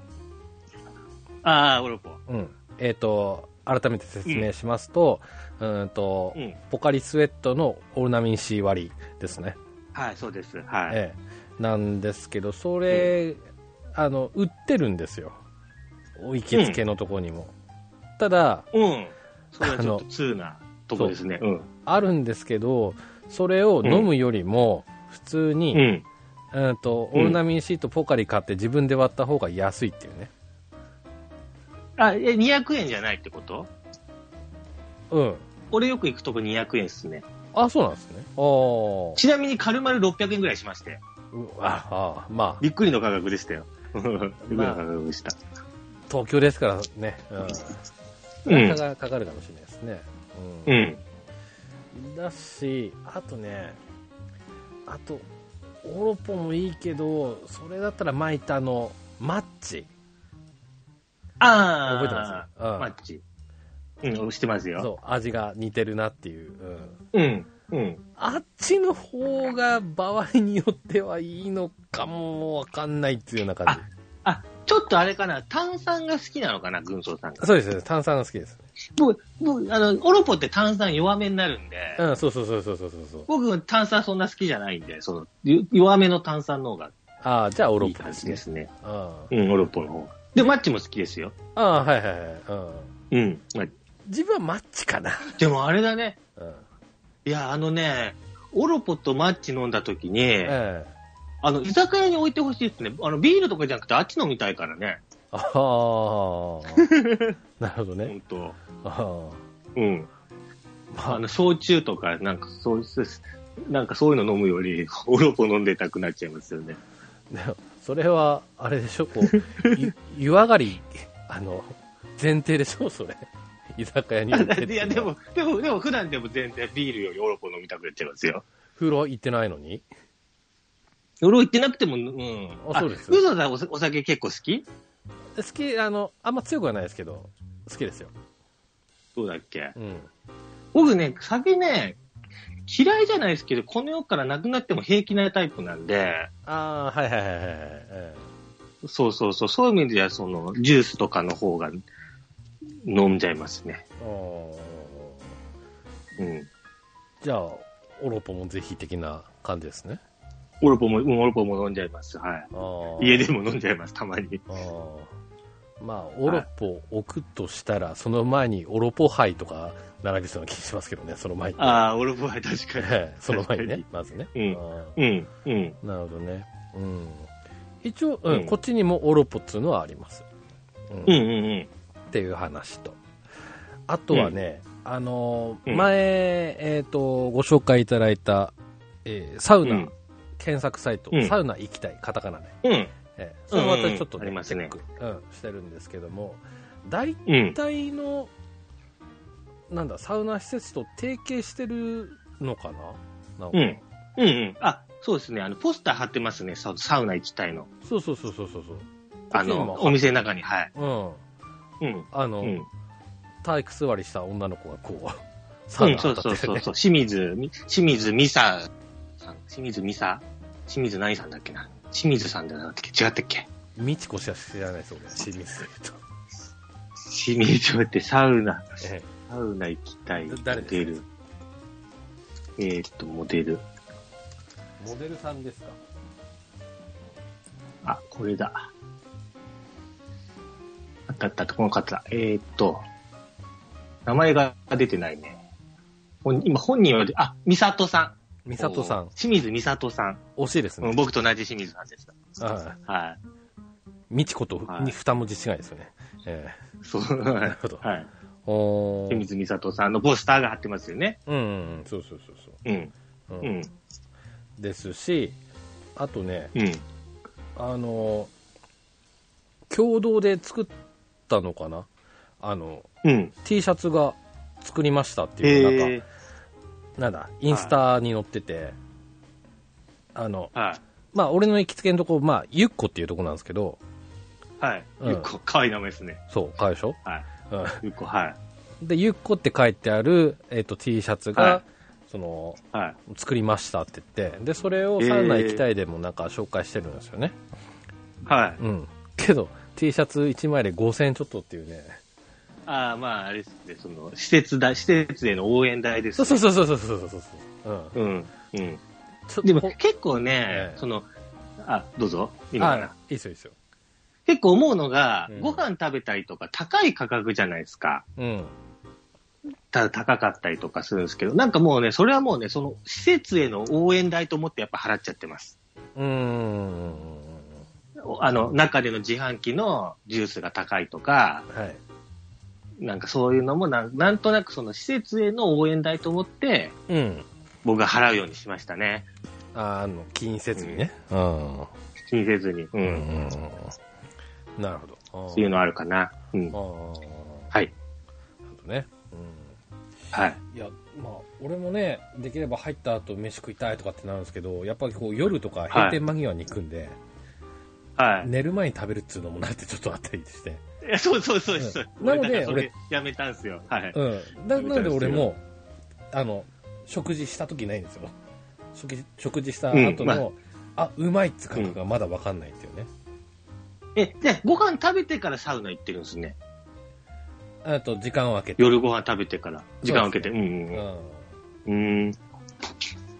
[SPEAKER 2] ああ、オロポ。
[SPEAKER 1] うん。えっ、と、改めて説明しますと、うーんと、
[SPEAKER 2] うん。
[SPEAKER 1] ポカリスエットのオルナミン C 割りですね。
[SPEAKER 2] はい、そうです。はい。
[SPEAKER 1] ええ。なんですけど、それ、あの、売ってるんですよ。行きつけのとこにも。ただ、
[SPEAKER 2] うん。それはちょっと通なとこですね。うん。
[SPEAKER 1] あるんですけど、それを飲むよりも、普通
[SPEAKER 2] う
[SPEAKER 1] に、
[SPEAKER 2] ん。
[SPEAKER 1] うん、と、
[SPEAKER 2] うん
[SPEAKER 1] オルナミン C とポカリ買って自分で割った方が安いっていうね。
[SPEAKER 2] あ、え、200円じゃないってこと
[SPEAKER 1] うん。
[SPEAKER 2] 俺よく行くとこ200円っすね。
[SPEAKER 1] あ、そうなんですね。あー
[SPEAKER 2] ちなみに軽々600円ぐらいしまして。
[SPEAKER 1] うああ、まあ、
[SPEAKER 2] びっくりの価格でした よ。びっくりの価格でした。
[SPEAKER 1] 東京ですからね。うん。
[SPEAKER 2] う。
[SPEAKER 1] なかなんかかかるかもしれないですね。う。
[SPEAKER 2] うんん。
[SPEAKER 1] だし、あとね、あと、オロポもいいけど、それだったらマイタのマッチ。
[SPEAKER 2] ああ。
[SPEAKER 1] 覚えてますう
[SPEAKER 2] マ
[SPEAKER 1] ん
[SPEAKER 2] ッチ。うん、してますよ。
[SPEAKER 1] そう、味が似てるなっていう。うん。
[SPEAKER 2] うん。うん。
[SPEAKER 1] あっちの方が場合によってはいいのかもわかんないっていうような感
[SPEAKER 2] あ、ちょっとあれかな、炭酸が好きなのかな、軍曹さんが
[SPEAKER 1] じ。。そうですそうです、炭酸が好きです。
[SPEAKER 2] 僕、僕、あの、オロポって炭酸弱めになるんで、
[SPEAKER 1] うん、そうそうそうそうそうそうそう。
[SPEAKER 2] 僕、炭酸そんな好きじゃないんで、その、ゆ弱めの炭酸の方が
[SPEAKER 1] ああ、じゃあオロ
[SPEAKER 2] いい
[SPEAKER 1] ポで
[SPEAKER 2] 感
[SPEAKER 1] す
[SPEAKER 2] じ
[SPEAKER 1] ね
[SPEAKER 2] で。すね。
[SPEAKER 1] うん、あ
[SPEAKER 2] うん、オロポの方が。で、マッチも好きですよ。
[SPEAKER 1] あ、はいはいはい。うん、
[SPEAKER 2] うん。まあ
[SPEAKER 1] 自分はマッチかな。
[SPEAKER 2] でもあれだね、
[SPEAKER 1] うん、
[SPEAKER 2] いや、あのね、オロポとマッチ飲んだ時に、
[SPEAKER 1] ええ
[SPEAKER 2] あの、居酒屋に置いてほしいですね。あの、ビールとかじゃなくて、あっち飲みたいからね。
[SPEAKER 1] ああ、 なるほど
[SPEAKER 2] ほ
[SPEAKER 1] ね。
[SPEAKER 2] んと。
[SPEAKER 1] あ
[SPEAKER 2] うん。
[SPEAKER 1] あま
[SPEAKER 2] あ
[SPEAKER 1] あ
[SPEAKER 2] の、焼酎とか、なんか、そうです。なんかそういうの飲むより、オロポ飲んでたくなっちゃいますよね。
[SPEAKER 1] でもそれは、あれでしょ、こ う、い湯上がり、あの、前提でしょ、それ。居酒屋 に行って って
[SPEAKER 2] いや、でも、でも、でも、普段でも全然ビールよりオロポ飲みたくなっちゃいますよ。
[SPEAKER 1] 風呂行ってないのに
[SPEAKER 2] オロ行ってなくても、うん。
[SPEAKER 1] あそうです
[SPEAKER 2] ウゾさんお酒お酒結構好き
[SPEAKER 1] 好き、あの、あんま強くはないですけど、好きですよ。
[SPEAKER 2] どうだっけ
[SPEAKER 1] うん。
[SPEAKER 2] 僕ね、酒ね、嫌いじゃないですけど、この世からなくなっても平気なタイプなんで、
[SPEAKER 1] ああ、はいはいはいはいはい。え
[SPEAKER 2] そうそうそう、そういう意味では、その、ジュースとかの方が飲んじゃいますね。
[SPEAKER 1] えお
[SPEAKER 2] うん。
[SPEAKER 1] ーじゃあ、オロポもぜひ的な感じですね。
[SPEAKER 2] オロポも、うん、オロポも飲んじゃいます。はい。
[SPEAKER 1] あー
[SPEAKER 2] 家でも飲んじゃいます、たまに。
[SPEAKER 1] あーまあ、オロポ置くとしたら、その前にオロポ杯とか並びそうな気しますけどね、その前に。
[SPEAKER 2] ああ、オロポは確か
[SPEAKER 1] え えその前に
[SPEAKER 2] 確
[SPEAKER 1] ね、まずね。
[SPEAKER 2] うん
[SPEAKER 1] あ
[SPEAKER 2] に。うん、うん。
[SPEAKER 1] ーなるほどね。うん。一応、うん
[SPEAKER 2] うん
[SPEAKER 1] こっちにもオロポっつうのはあります。うん
[SPEAKER 2] うんうんうん。
[SPEAKER 1] っていう話と。あとはね、あのー
[SPEAKER 2] うん
[SPEAKER 1] 前、えっ、と、ご紹介いただいた、えーサウ
[SPEAKER 2] う
[SPEAKER 1] ナ、
[SPEAKER 2] ん。
[SPEAKER 1] 検索サイト、
[SPEAKER 2] うん
[SPEAKER 1] サウナ行きたい、カタカナで。
[SPEAKER 2] うん。
[SPEAKER 1] えーそれを
[SPEAKER 2] うんうんう
[SPEAKER 1] 私
[SPEAKER 2] ん
[SPEAKER 1] ちょっとね、
[SPEAKER 2] ありますね
[SPEAKER 1] チェック、うん、してるんですけども、大
[SPEAKER 2] うん。
[SPEAKER 1] 体の、なんだ、サウナ施設と提携してるのかななんか、
[SPEAKER 2] うん。うんうん。あ、そうですね。あの、ポスター貼ってますね。サウサウナ行きたいの。
[SPEAKER 1] そうそうそうそうそうそう。
[SPEAKER 2] あ
[SPEAKER 1] 今
[SPEAKER 2] の、お店の中に。はい。
[SPEAKER 1] うん。
[SPEAKER 2] うん。
[SPEAKER 1] あの、
[SPEAKER 2] うん。
[SPEAKER 1] 体育座りした女の子がこう、サウ
[SPEAKER 2] う
[SPEAKER 1] ナ
[SPEAKER 2] ん、そ
[SPEAKER 1] 当
[SPEAKER 2] う
[SPEAKER 1] たって
[SPEAKER 2] そ
[SPEAKER 1] る
[SPEAKER 2] う
[SPEAKER 1] ね
[SPEAKER 2] そうそう。清水み、清水美沙さん。清水美沙。清水何さんだっけな。清水さんだなって違ったっけ
[SPEAKER 1] みちこしか知らないです、俺。 清水と。
[SPEAKER 2] 清水町ってサウナ、
[SPEAKER 1] え
[SPEAKER 2] サウナ行きたい。
[SPEAKER 1] だ誰です
[SPEAKER 2] モデル。えー、っと、モデル。
[SPEAKER 1] えモデルさんですか
[SPEAKER 2] あ、これだ。あったあったあった、この方。えーっと、名前が出てないね。本今本人は、あ、美里さん。
[SPEAKER 1] 美里さん。
[SPEAKER 2] 清水美里さん。
[SPEAKER 1] 惜しいです
[SPEAKER 2] う
[SPEAKER 1] ね
[SPEAKER 2] ん。僕と同じ清水さんです。
[SPEAKER 1] ああ
[SPEAKER 2] は
[SPEAKER 1] みちことふ
[SPEAKER 2] はい
[SPEAKER 1] に二文字違いですよね。え
[SPEAKER 2] い。そう。
[SPEAKER 1] えな
[SPEAKER 2] は
[SPEAKER 1] るほど。
[SPEAKER 2] い。
[SPEAKER 1] おー
[SPEAKER 2] 清水美里さんのポスターが貼ってますよね。
[SPEAKER 1] うんうんうん、そうそうそう
[SPEAKER 2] うん。
[SPEAKER 1] そう、う
[SPEAKER 2] うんん。
[SPEAKER 1] ですし、あとね、
[SPEAKER 2] うん。
[SPEAKER 1] あの、共同で作ったのかなあの、
[SPEAKER 2] うん。
[SPEAKER 1] T シャツが作りましたっていう、なんか
[SPEAKER 2] え、
[SPEAKER 1] なんだ、インスタに載ってて、あの、
[SPEAKER 2] ー、はい。
[SPEAKER 1] まあ、俺の行きつけのとこ、まあ、ゆっこっていうとこなんですけど、
[SPEAKER 2] はい。
[SPEAKER 1] うん
[SPEAKER 2] ゆっこ、かわいい名前ですね。
[SPEAKER 1] そう、かわいいでしょ
[SPEAKER 2] はい。
[SPEAKER 1] う
[SPEAKER 2] ゆっこ、は
[SPEAKER 1] んで、ゆっこって書いてある、えっ、と、T シャツが、
[SPEAKER 2] は
[SPEAKER 1] その、
[SPEAKER 2] い。はい。
[SPEAKER 1] 作りましたって言って、で、それをサウナ行きたいでもなんか紹介してるんですよね。
[SPEAKER 2] はい。
[SPEAKER 1] うん。けど、T シャツ1枚で5000円ちょっとっていうね。
[SPEAKER 2] ああ、まあ、あれですね。その、施設だ、施設への応援代です
[SPEAKER 1] そう
[SPEAKER 2] ね。
[SPEAKER 1] そうそうそうそうそうそうそう。うん。
[SPEAKER 2] うん。うん。
[SPEAKER 1] ちょ
[SPEAKER 2] でも
[SPEAKER 1] ほ
[SPEAKER 2] 結構ね、
[SPEAKER 1] ええ
[SPEAKER 2] その、あ、どうぞ、今
[SPEAKER 1] あ
[SPEAKER 2] から
[SPEAKER 1] いいですよ、いいですよ。
[SPEAKER 2] 結構思うのが、
[SPEAKER 1] うん
[SPEAKER 2] ご飯食べたりとか高い価格じゃないですか。
[SPEAKER 1] うん。
[SPEAKER 2] た高かったりとかするんですけど、なんかもうね、それはもうね、その施設への応援代と思ってやっぱ払っちゃってます。
[SPEAKER 1] うーん。
[SPEAKER 2] おあの、中での自販機のジュースが高いとか、
[SPEAKER 1] はい。
[SPEAKER 2] なんかそういうのもなん、なんとなくその施設への応援代と思って、
[SPEAKER 1] うん。
[SPEAKER 2] 僕が払うようにしましたね。
[SPEAKER 1] ああの、気にせずにね。うん。
[SPEAKER 2] 気にせずに。う。
[SPEAKER 1] うんん。なるほど。あー
[SPEAKER 2] っていうのはあるかな。うん。
[SPEAKER 1] あ
[SPEAKER 2] は
[SPEAKER 1] ー
[SPEAKER 2] い。
[SPEAKER 1] なるほどね。う
[SPEAKER 2] はい。
[SPEAKER 1] ん。いや、まあ、俺もね、できれば入った後飯食いたいとかってなるんですけど、やっぱりこう夜とか閉店間際に行くんで、
[SPEAKER 2] はい。
[SPEAKER 1] 寝る前に食べるっつうのもなってちょっとあったりして。
[SPEAKER 2] いや、そうそうそうそう。
[SPEAKER 1] うんなので
[SPEAKER 2] だからそれやめたんすよ。 はい。
[SPEAKER 1] うん。な
[SPEAKER 2] 食べたいですよ
[SPEAKER 1] なので俺も、あの、食事した時ないんですよ。食事食事した後
[SPEAKER 2] うんま
[SPEAKER 1] の、あ、うまいっつ感覚がまだわかんないっていうね。
[SPEAKER 2] え、で、ご飯食べてからサウナ行ってるんですね。
[SPEAKER 1] あと、時間を空けて。
[SPEAKER 2] 夜ご飯食べてから。時間を空けて。う
[SPEAKER 1] うんん。
[SPEAKER 2] うん。うん。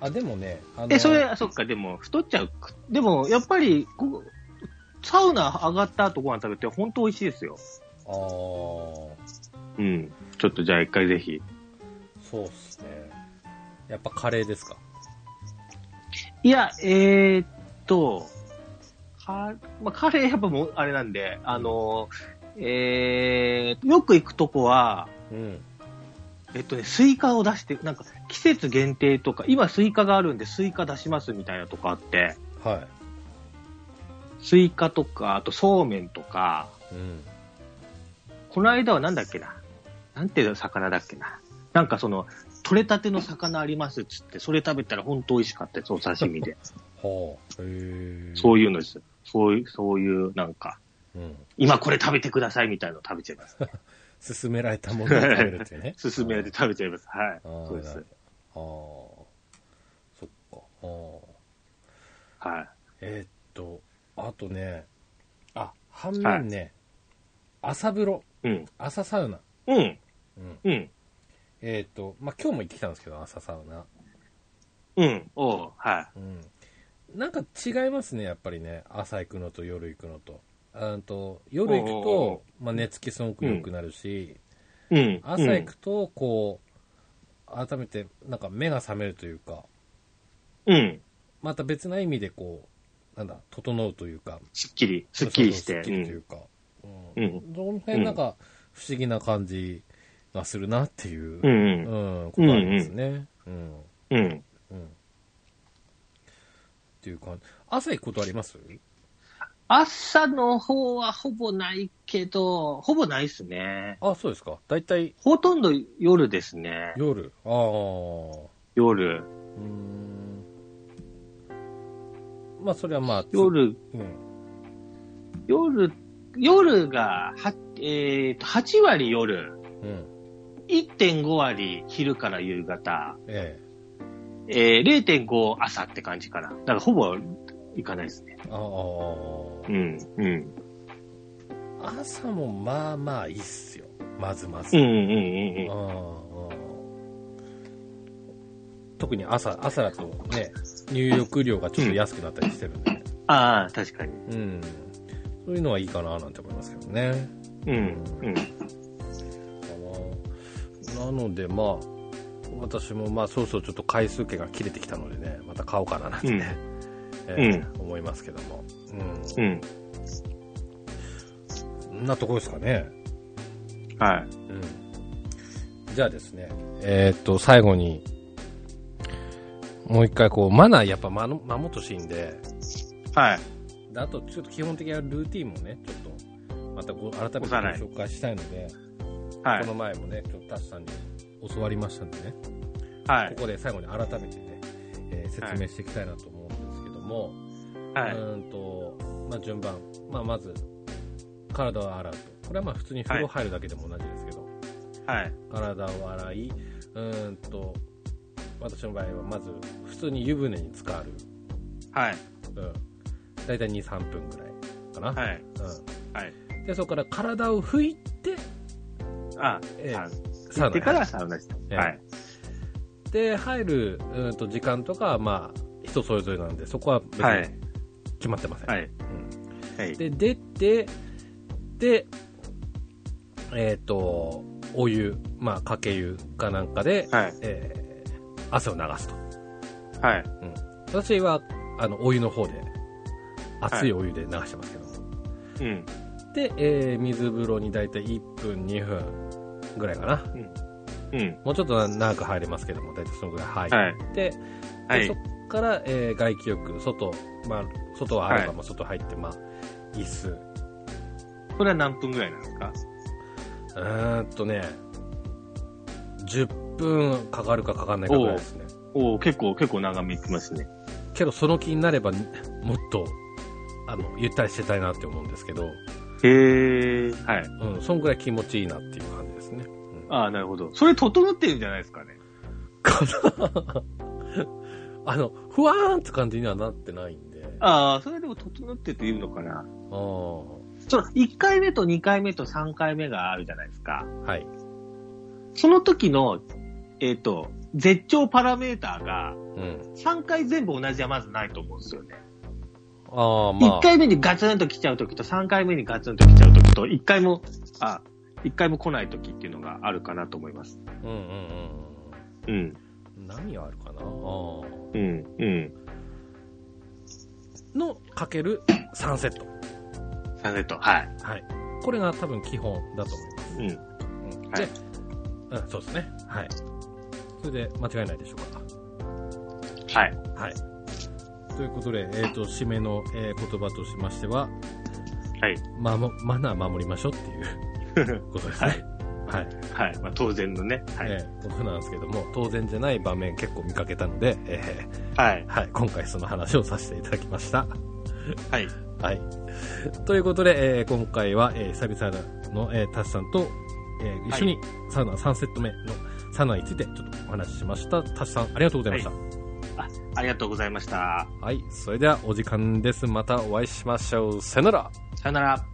[SPEAKER 1] あ、でもね、あの
[SPEAKER 2] え、それ、あそっか、でも、太っちゃう。でも、やっぱり、こサウナ上がった後ご飯食べて、本当美味しいですよ。
[SPEAKER 1] あー
[SPEAKER 2] うん。ちょっとじゃあ一回ぜひ。
[SPEAKER 1] そうっすね。やっぱカレーですか。
[SPEAKER 2] いや、えー、っと、かまあ、カレーやっぱもう、あれなんで、あの、えー、よく行くとこは、
[SPEAKER 1] うん。
[SPEAKER 2] えっとね、スイカを出して、なんか季節限定とか、今スイカがあるんでスイカ出しますみたいなとこあって、
[SPEAKER 1] は
[SPEAKER 2] スイカとか、あとそうめんとか、
[SPEAKER 1] い。うん。
[SPEAKER 2] この間はなんだっけな、なんていう魚だっけな、なんかその、取れたての魚ありますっつって、それ食べたら本当美味しかったです、お刺 身で。
[SPEAKER 1] はあ。へえ。
[SPEAKER 2] そういうのです。そういう、そういう、なんか、
[SPEAKER 1] うん。
[SPEAKER 2] 今これ食べてくださいみたいなの食べちゃいます。。
[SPEAKER 1] 勧められたものを食べるっていうね
[SPEAKER 2] 勧められて食べちゃいます。はい。
[SPEAKER 1] あー
[SPEAKER 2] そうです。
[SPEAKER 1] あーそっか。あー
[SPEAKER 2] はい。
[SPEAKER 1] えーっと、あとね、あ、反面ね、朝風呂、
[SPEAKER 2] うん。
[SPEAKER 1] 朝サウナ。
[SPEAKER 2] うん。
[SPEAKER 1] うん、
[SPEAKER 2] うん。
[SPEAKER 1] えーっと、まあ、今日も行ってきたんですけど、朝サウナ。
[SPEAKER 2] うん。おうは
[SPEAKER 1] うん。なんか違いますね、やっぱりね。朝行くのと夜行くのと。あーと夜行く
[SPEAKER 2] おうおうお
[SPEAKER 1] と、まあ、寝つきすごく良くなるし、
[SPEAKER 2] い。うん。
[SPEAKER 1] 朝行くと、こう、改めて、なんか目が覚めるというか、
[SPEAKER 2] うん。
[SPEAKER 1] また別な意味でこう、なんだ、整うというか、
[SPEAKER 2] すっきり、すっきりして。
[SPEAKER 1] そうそうすっきりというか。
[SPEAKER 2] うん
[SPEAKER 1] うん。その辺なんか、不思議な感じがするなっていう、
[SPEAKER 2] う
[SPEAKER 1] うんん、ことありますね。うん、うん
[SPEAKER 2] うん。うん。
[SPEAKER 1] っていう感じ。朝行くことあります
[SPEAKER 2] 朝の方はほぼないけど、ほぼないっすね。
[SPEAKER 1] あ、そうですか。だいたい
[SPEAKER 2] ほとんど夜ですね。
[SPEAKER 1] 夜。ああ。
[SPEAKER 2] 夜。
[SPEAKER 1] うーんまあ、それはまあ、つ
[SPEAKER 2] 夜、
[SPEAKER 1] うん、
[SPEAKER 2] 夜、夜が、は、えっ、と、8割夜、
[SPEAKER 1] うん、
[SPEAKER 2] 1.5割昼から夕方、
[SPEAKER 1] え
[SPEAKER 2] えー、0.5朝って感じかな。だからほぼ行かないですね
[SPEAKER 1] え。ああ、
[SPEAKER 2] うん、うん。
[SPEAKER 1] 朝もまあまあいいっすよ。まずまず。
[SPEAKER 2] うん、うん、うん
[SPEAKER 1] あ
[SPEAKER 2] うん。
[SPEAKER 1] あ特に朝、朝だとね、入浴料がちょっと安くなったりしてるんで、
[SPEAKER 2] ああ、確かに。
[SPEAKER 1] うん。そういうのはいいかななんて思いますけどね。
[SPEAKER 2] うん、うん。
[SPEAKER 1] かななのでまあ、私もまあそうそうちょっと回数券が切れてきたのでね、また買おうかななんてね、えー思いますけども。うん
[SPEAKER 2] うん。
[SPEAKER 1] そんなところですかね。
[SPEAKER 2] はい。
[SPEAKER 1] じゃあですね、えーっと、最後に、もう一回こう、マナーやっぱまの守ってほしいんで、
[SPEAKER 2] はい。
[SPEAKER 1] であとちょっと基本的なルーティンもね、ちょっと、またご改めてご
[SPEAKER 2] おさらい
[SPEAKER 1] 紹介したいので、
[SPEAKER 2] は
[SPEAKER 1] こ
[SPEAKER 2] い。
[SPEAKER 1] の前もね、ちょっとタシさんに教わりましたんでね、
[SPEAKER 2] は
[SPEAKER 1] こ
[SPEAKER 2] い。
[SPEAKER 1] こで最後に改めてね、えー説明していきたいなと思うんですけども、
[SPEAKER 2] は
[SPEAKER 1] うー
[SPEAKER 2] い。
[SPEAKER 1] んと、まあ、順番。まあ、まず、体を洗うと。これはまあ普通に風呂入るだけでも同じですけど、
[SPEAKER 2] はい。
[SPEAKER 1] 体を洗い、うーんと、私の場合はまず普通に湯船に浸かる。
[SPEAKER 2] はい。
[SPEAKER 1] うん。だいたい2、3分ぐらいかな。
[SPEAKER 2] はい。
[SPEAKER 1] うん。
[SPEAKER 2] はい。
[SPEAKER 1] で、そこから体を拭いて、
[SPEAKER 2] あ、
[SPEAKER 1] えー
[SPEAKER 2] あ
[SPEAKER 1] サウナ
[SPEAKER 2] 行ってからサウナです。
[SPEAKER 1] ええ
[SPEAKER 2] はい。
[SPEAKER 1] で、入る、うーんと時間とかはまあ、人それぞれなんで、そこは別
[SPEAKER 2] は
[SPEAKER 1] に
[SPEAKER 2] い。
[SPEAKER 1] 決まってません。
[SPEAKER 2] はい。
[SPEAKER 1] うん
[SPEAKER 2] はい。
[SPEAKER 1] で、出て、で、えっ、と、お湯、まあ、かけ湯かなんかで、
[SPEAKER 2] はい。
[SPEAKER 1] えー汗を流すと。
[SPEAKER 2] はい。
[SPEAKER 1] 私は、あの、お湯の方で、熱いお湯で流してますけども。
[SPEAKER 2] うん。
[SPEAKER 1] で、えー水風呂にだいたい1分、2分ぐらいかな。
[SPEAKER 2] うん。
[SPEAKER 1] もうちょっと長く入れますけども、だいたいそのぐらい入
[SPEAKER 2] はい。
[SPEAKER 1] って、で
[SPEAKER 2] はい
[SPEAKER 1] そ。っから、えー外気浴、外、まあ、外はあれば、
[SPEAKER 2] はい
[SPEAKER 1] まあ、外入って、まあ、椅子、
[SPEAKER 2] これは何分ぐらいなんです
[SPEAKER 1] う
[SPEAKER 2] か
[SPEAKER 1] ーんとね、10分かかるかかかんないかぐらいですね。
[SPEAKER 2] おお結構、結構長めいきますね。
[SPEAKER 1] けど、その気になれば、もっと、あの、ゆったりしてたいなって思うんですけど、
[SPEAKER 2] へえ。はい。
[SPEAKER 1] うん、そんぐらい気持ちいいなっていう感じですね。
[SPEAKER 2] ああ、なるほど。それ整ってるんじゃないですかね。
[SPEAKER 1] かなあの、ふわーんって感じにはなってないんで。あ
[SPEAKER 2] ああ、それでも整ってって言うのかな。
[SPEAKER 1] ー
[SPEAKER 2] その、1回目と2回目と3回目があるじゃないですか。
[SPEAKER 1] はい。
[SPEAKER 2] その時の、えっ、と、絶頂パラメーターが、
[SPEAKER 1] うん。
[SPEAKER 2] 3回全部同じはまずないと思うんですよね。
[SPEAKER 1] ああ、まあ。
[SPEAKER 2] 1回目にガツンと来ちゃう時と、3回目にガツンと来ちゃう時と、1回も、あ、1回も来ない時っていうのがあるかなと思います。
[SPEAKER 1] うんうん
[SPEAKER 2] うん、
[SPEAKER 1] うんうん。何があるかなあー
[SPEAKER 2] うん、うん。
[SPEAKER 1] の、かける3セッ ト。
[SPEAKER 2] サンセット、はい。
[SPEAKER 1] はい。これが多分基本だと思います。
[SPEAKER 2] うん。
[SPEAKER 1] うん
[SPEAKER 2] はい
[SPEAKER 1] で、うん、そうですね。はい。それで間違いないでしょう
[SPEAKER 2] はい。
[SPEAKER 1] か。はい。ということで、えっ、と、締めの、えー言葉としましては、
[SPEAKER 2] はい。
[SPEAKER 1] まも、マナー守りましょうって いうことですね。はい。
[SPEAKER 2] はい。まあ、当然のね。はい。
[SPEAKER 1] えーことなんですけども、当然じゃない場面結構見かけたので、え
[SPEAKER 2] はい。
[SPEAKER 1] ーはい、今回その話をさせていただきました。
[SPEAKER 2] はい。
[SPEAKER 1] はい。ということで、えー今回は、えー久々の、えータスさんと、えー一緒にサウナ3セット目のサウナについてちょっとお話ししました。タスさん、ありがとうございました。
[SPEAKER 2] あ、ありがとうございました。
[SPEAKER 1] はい、それではお時間です。またお会いしましょう。さよなら。
[SPEAKER 2] さよなら。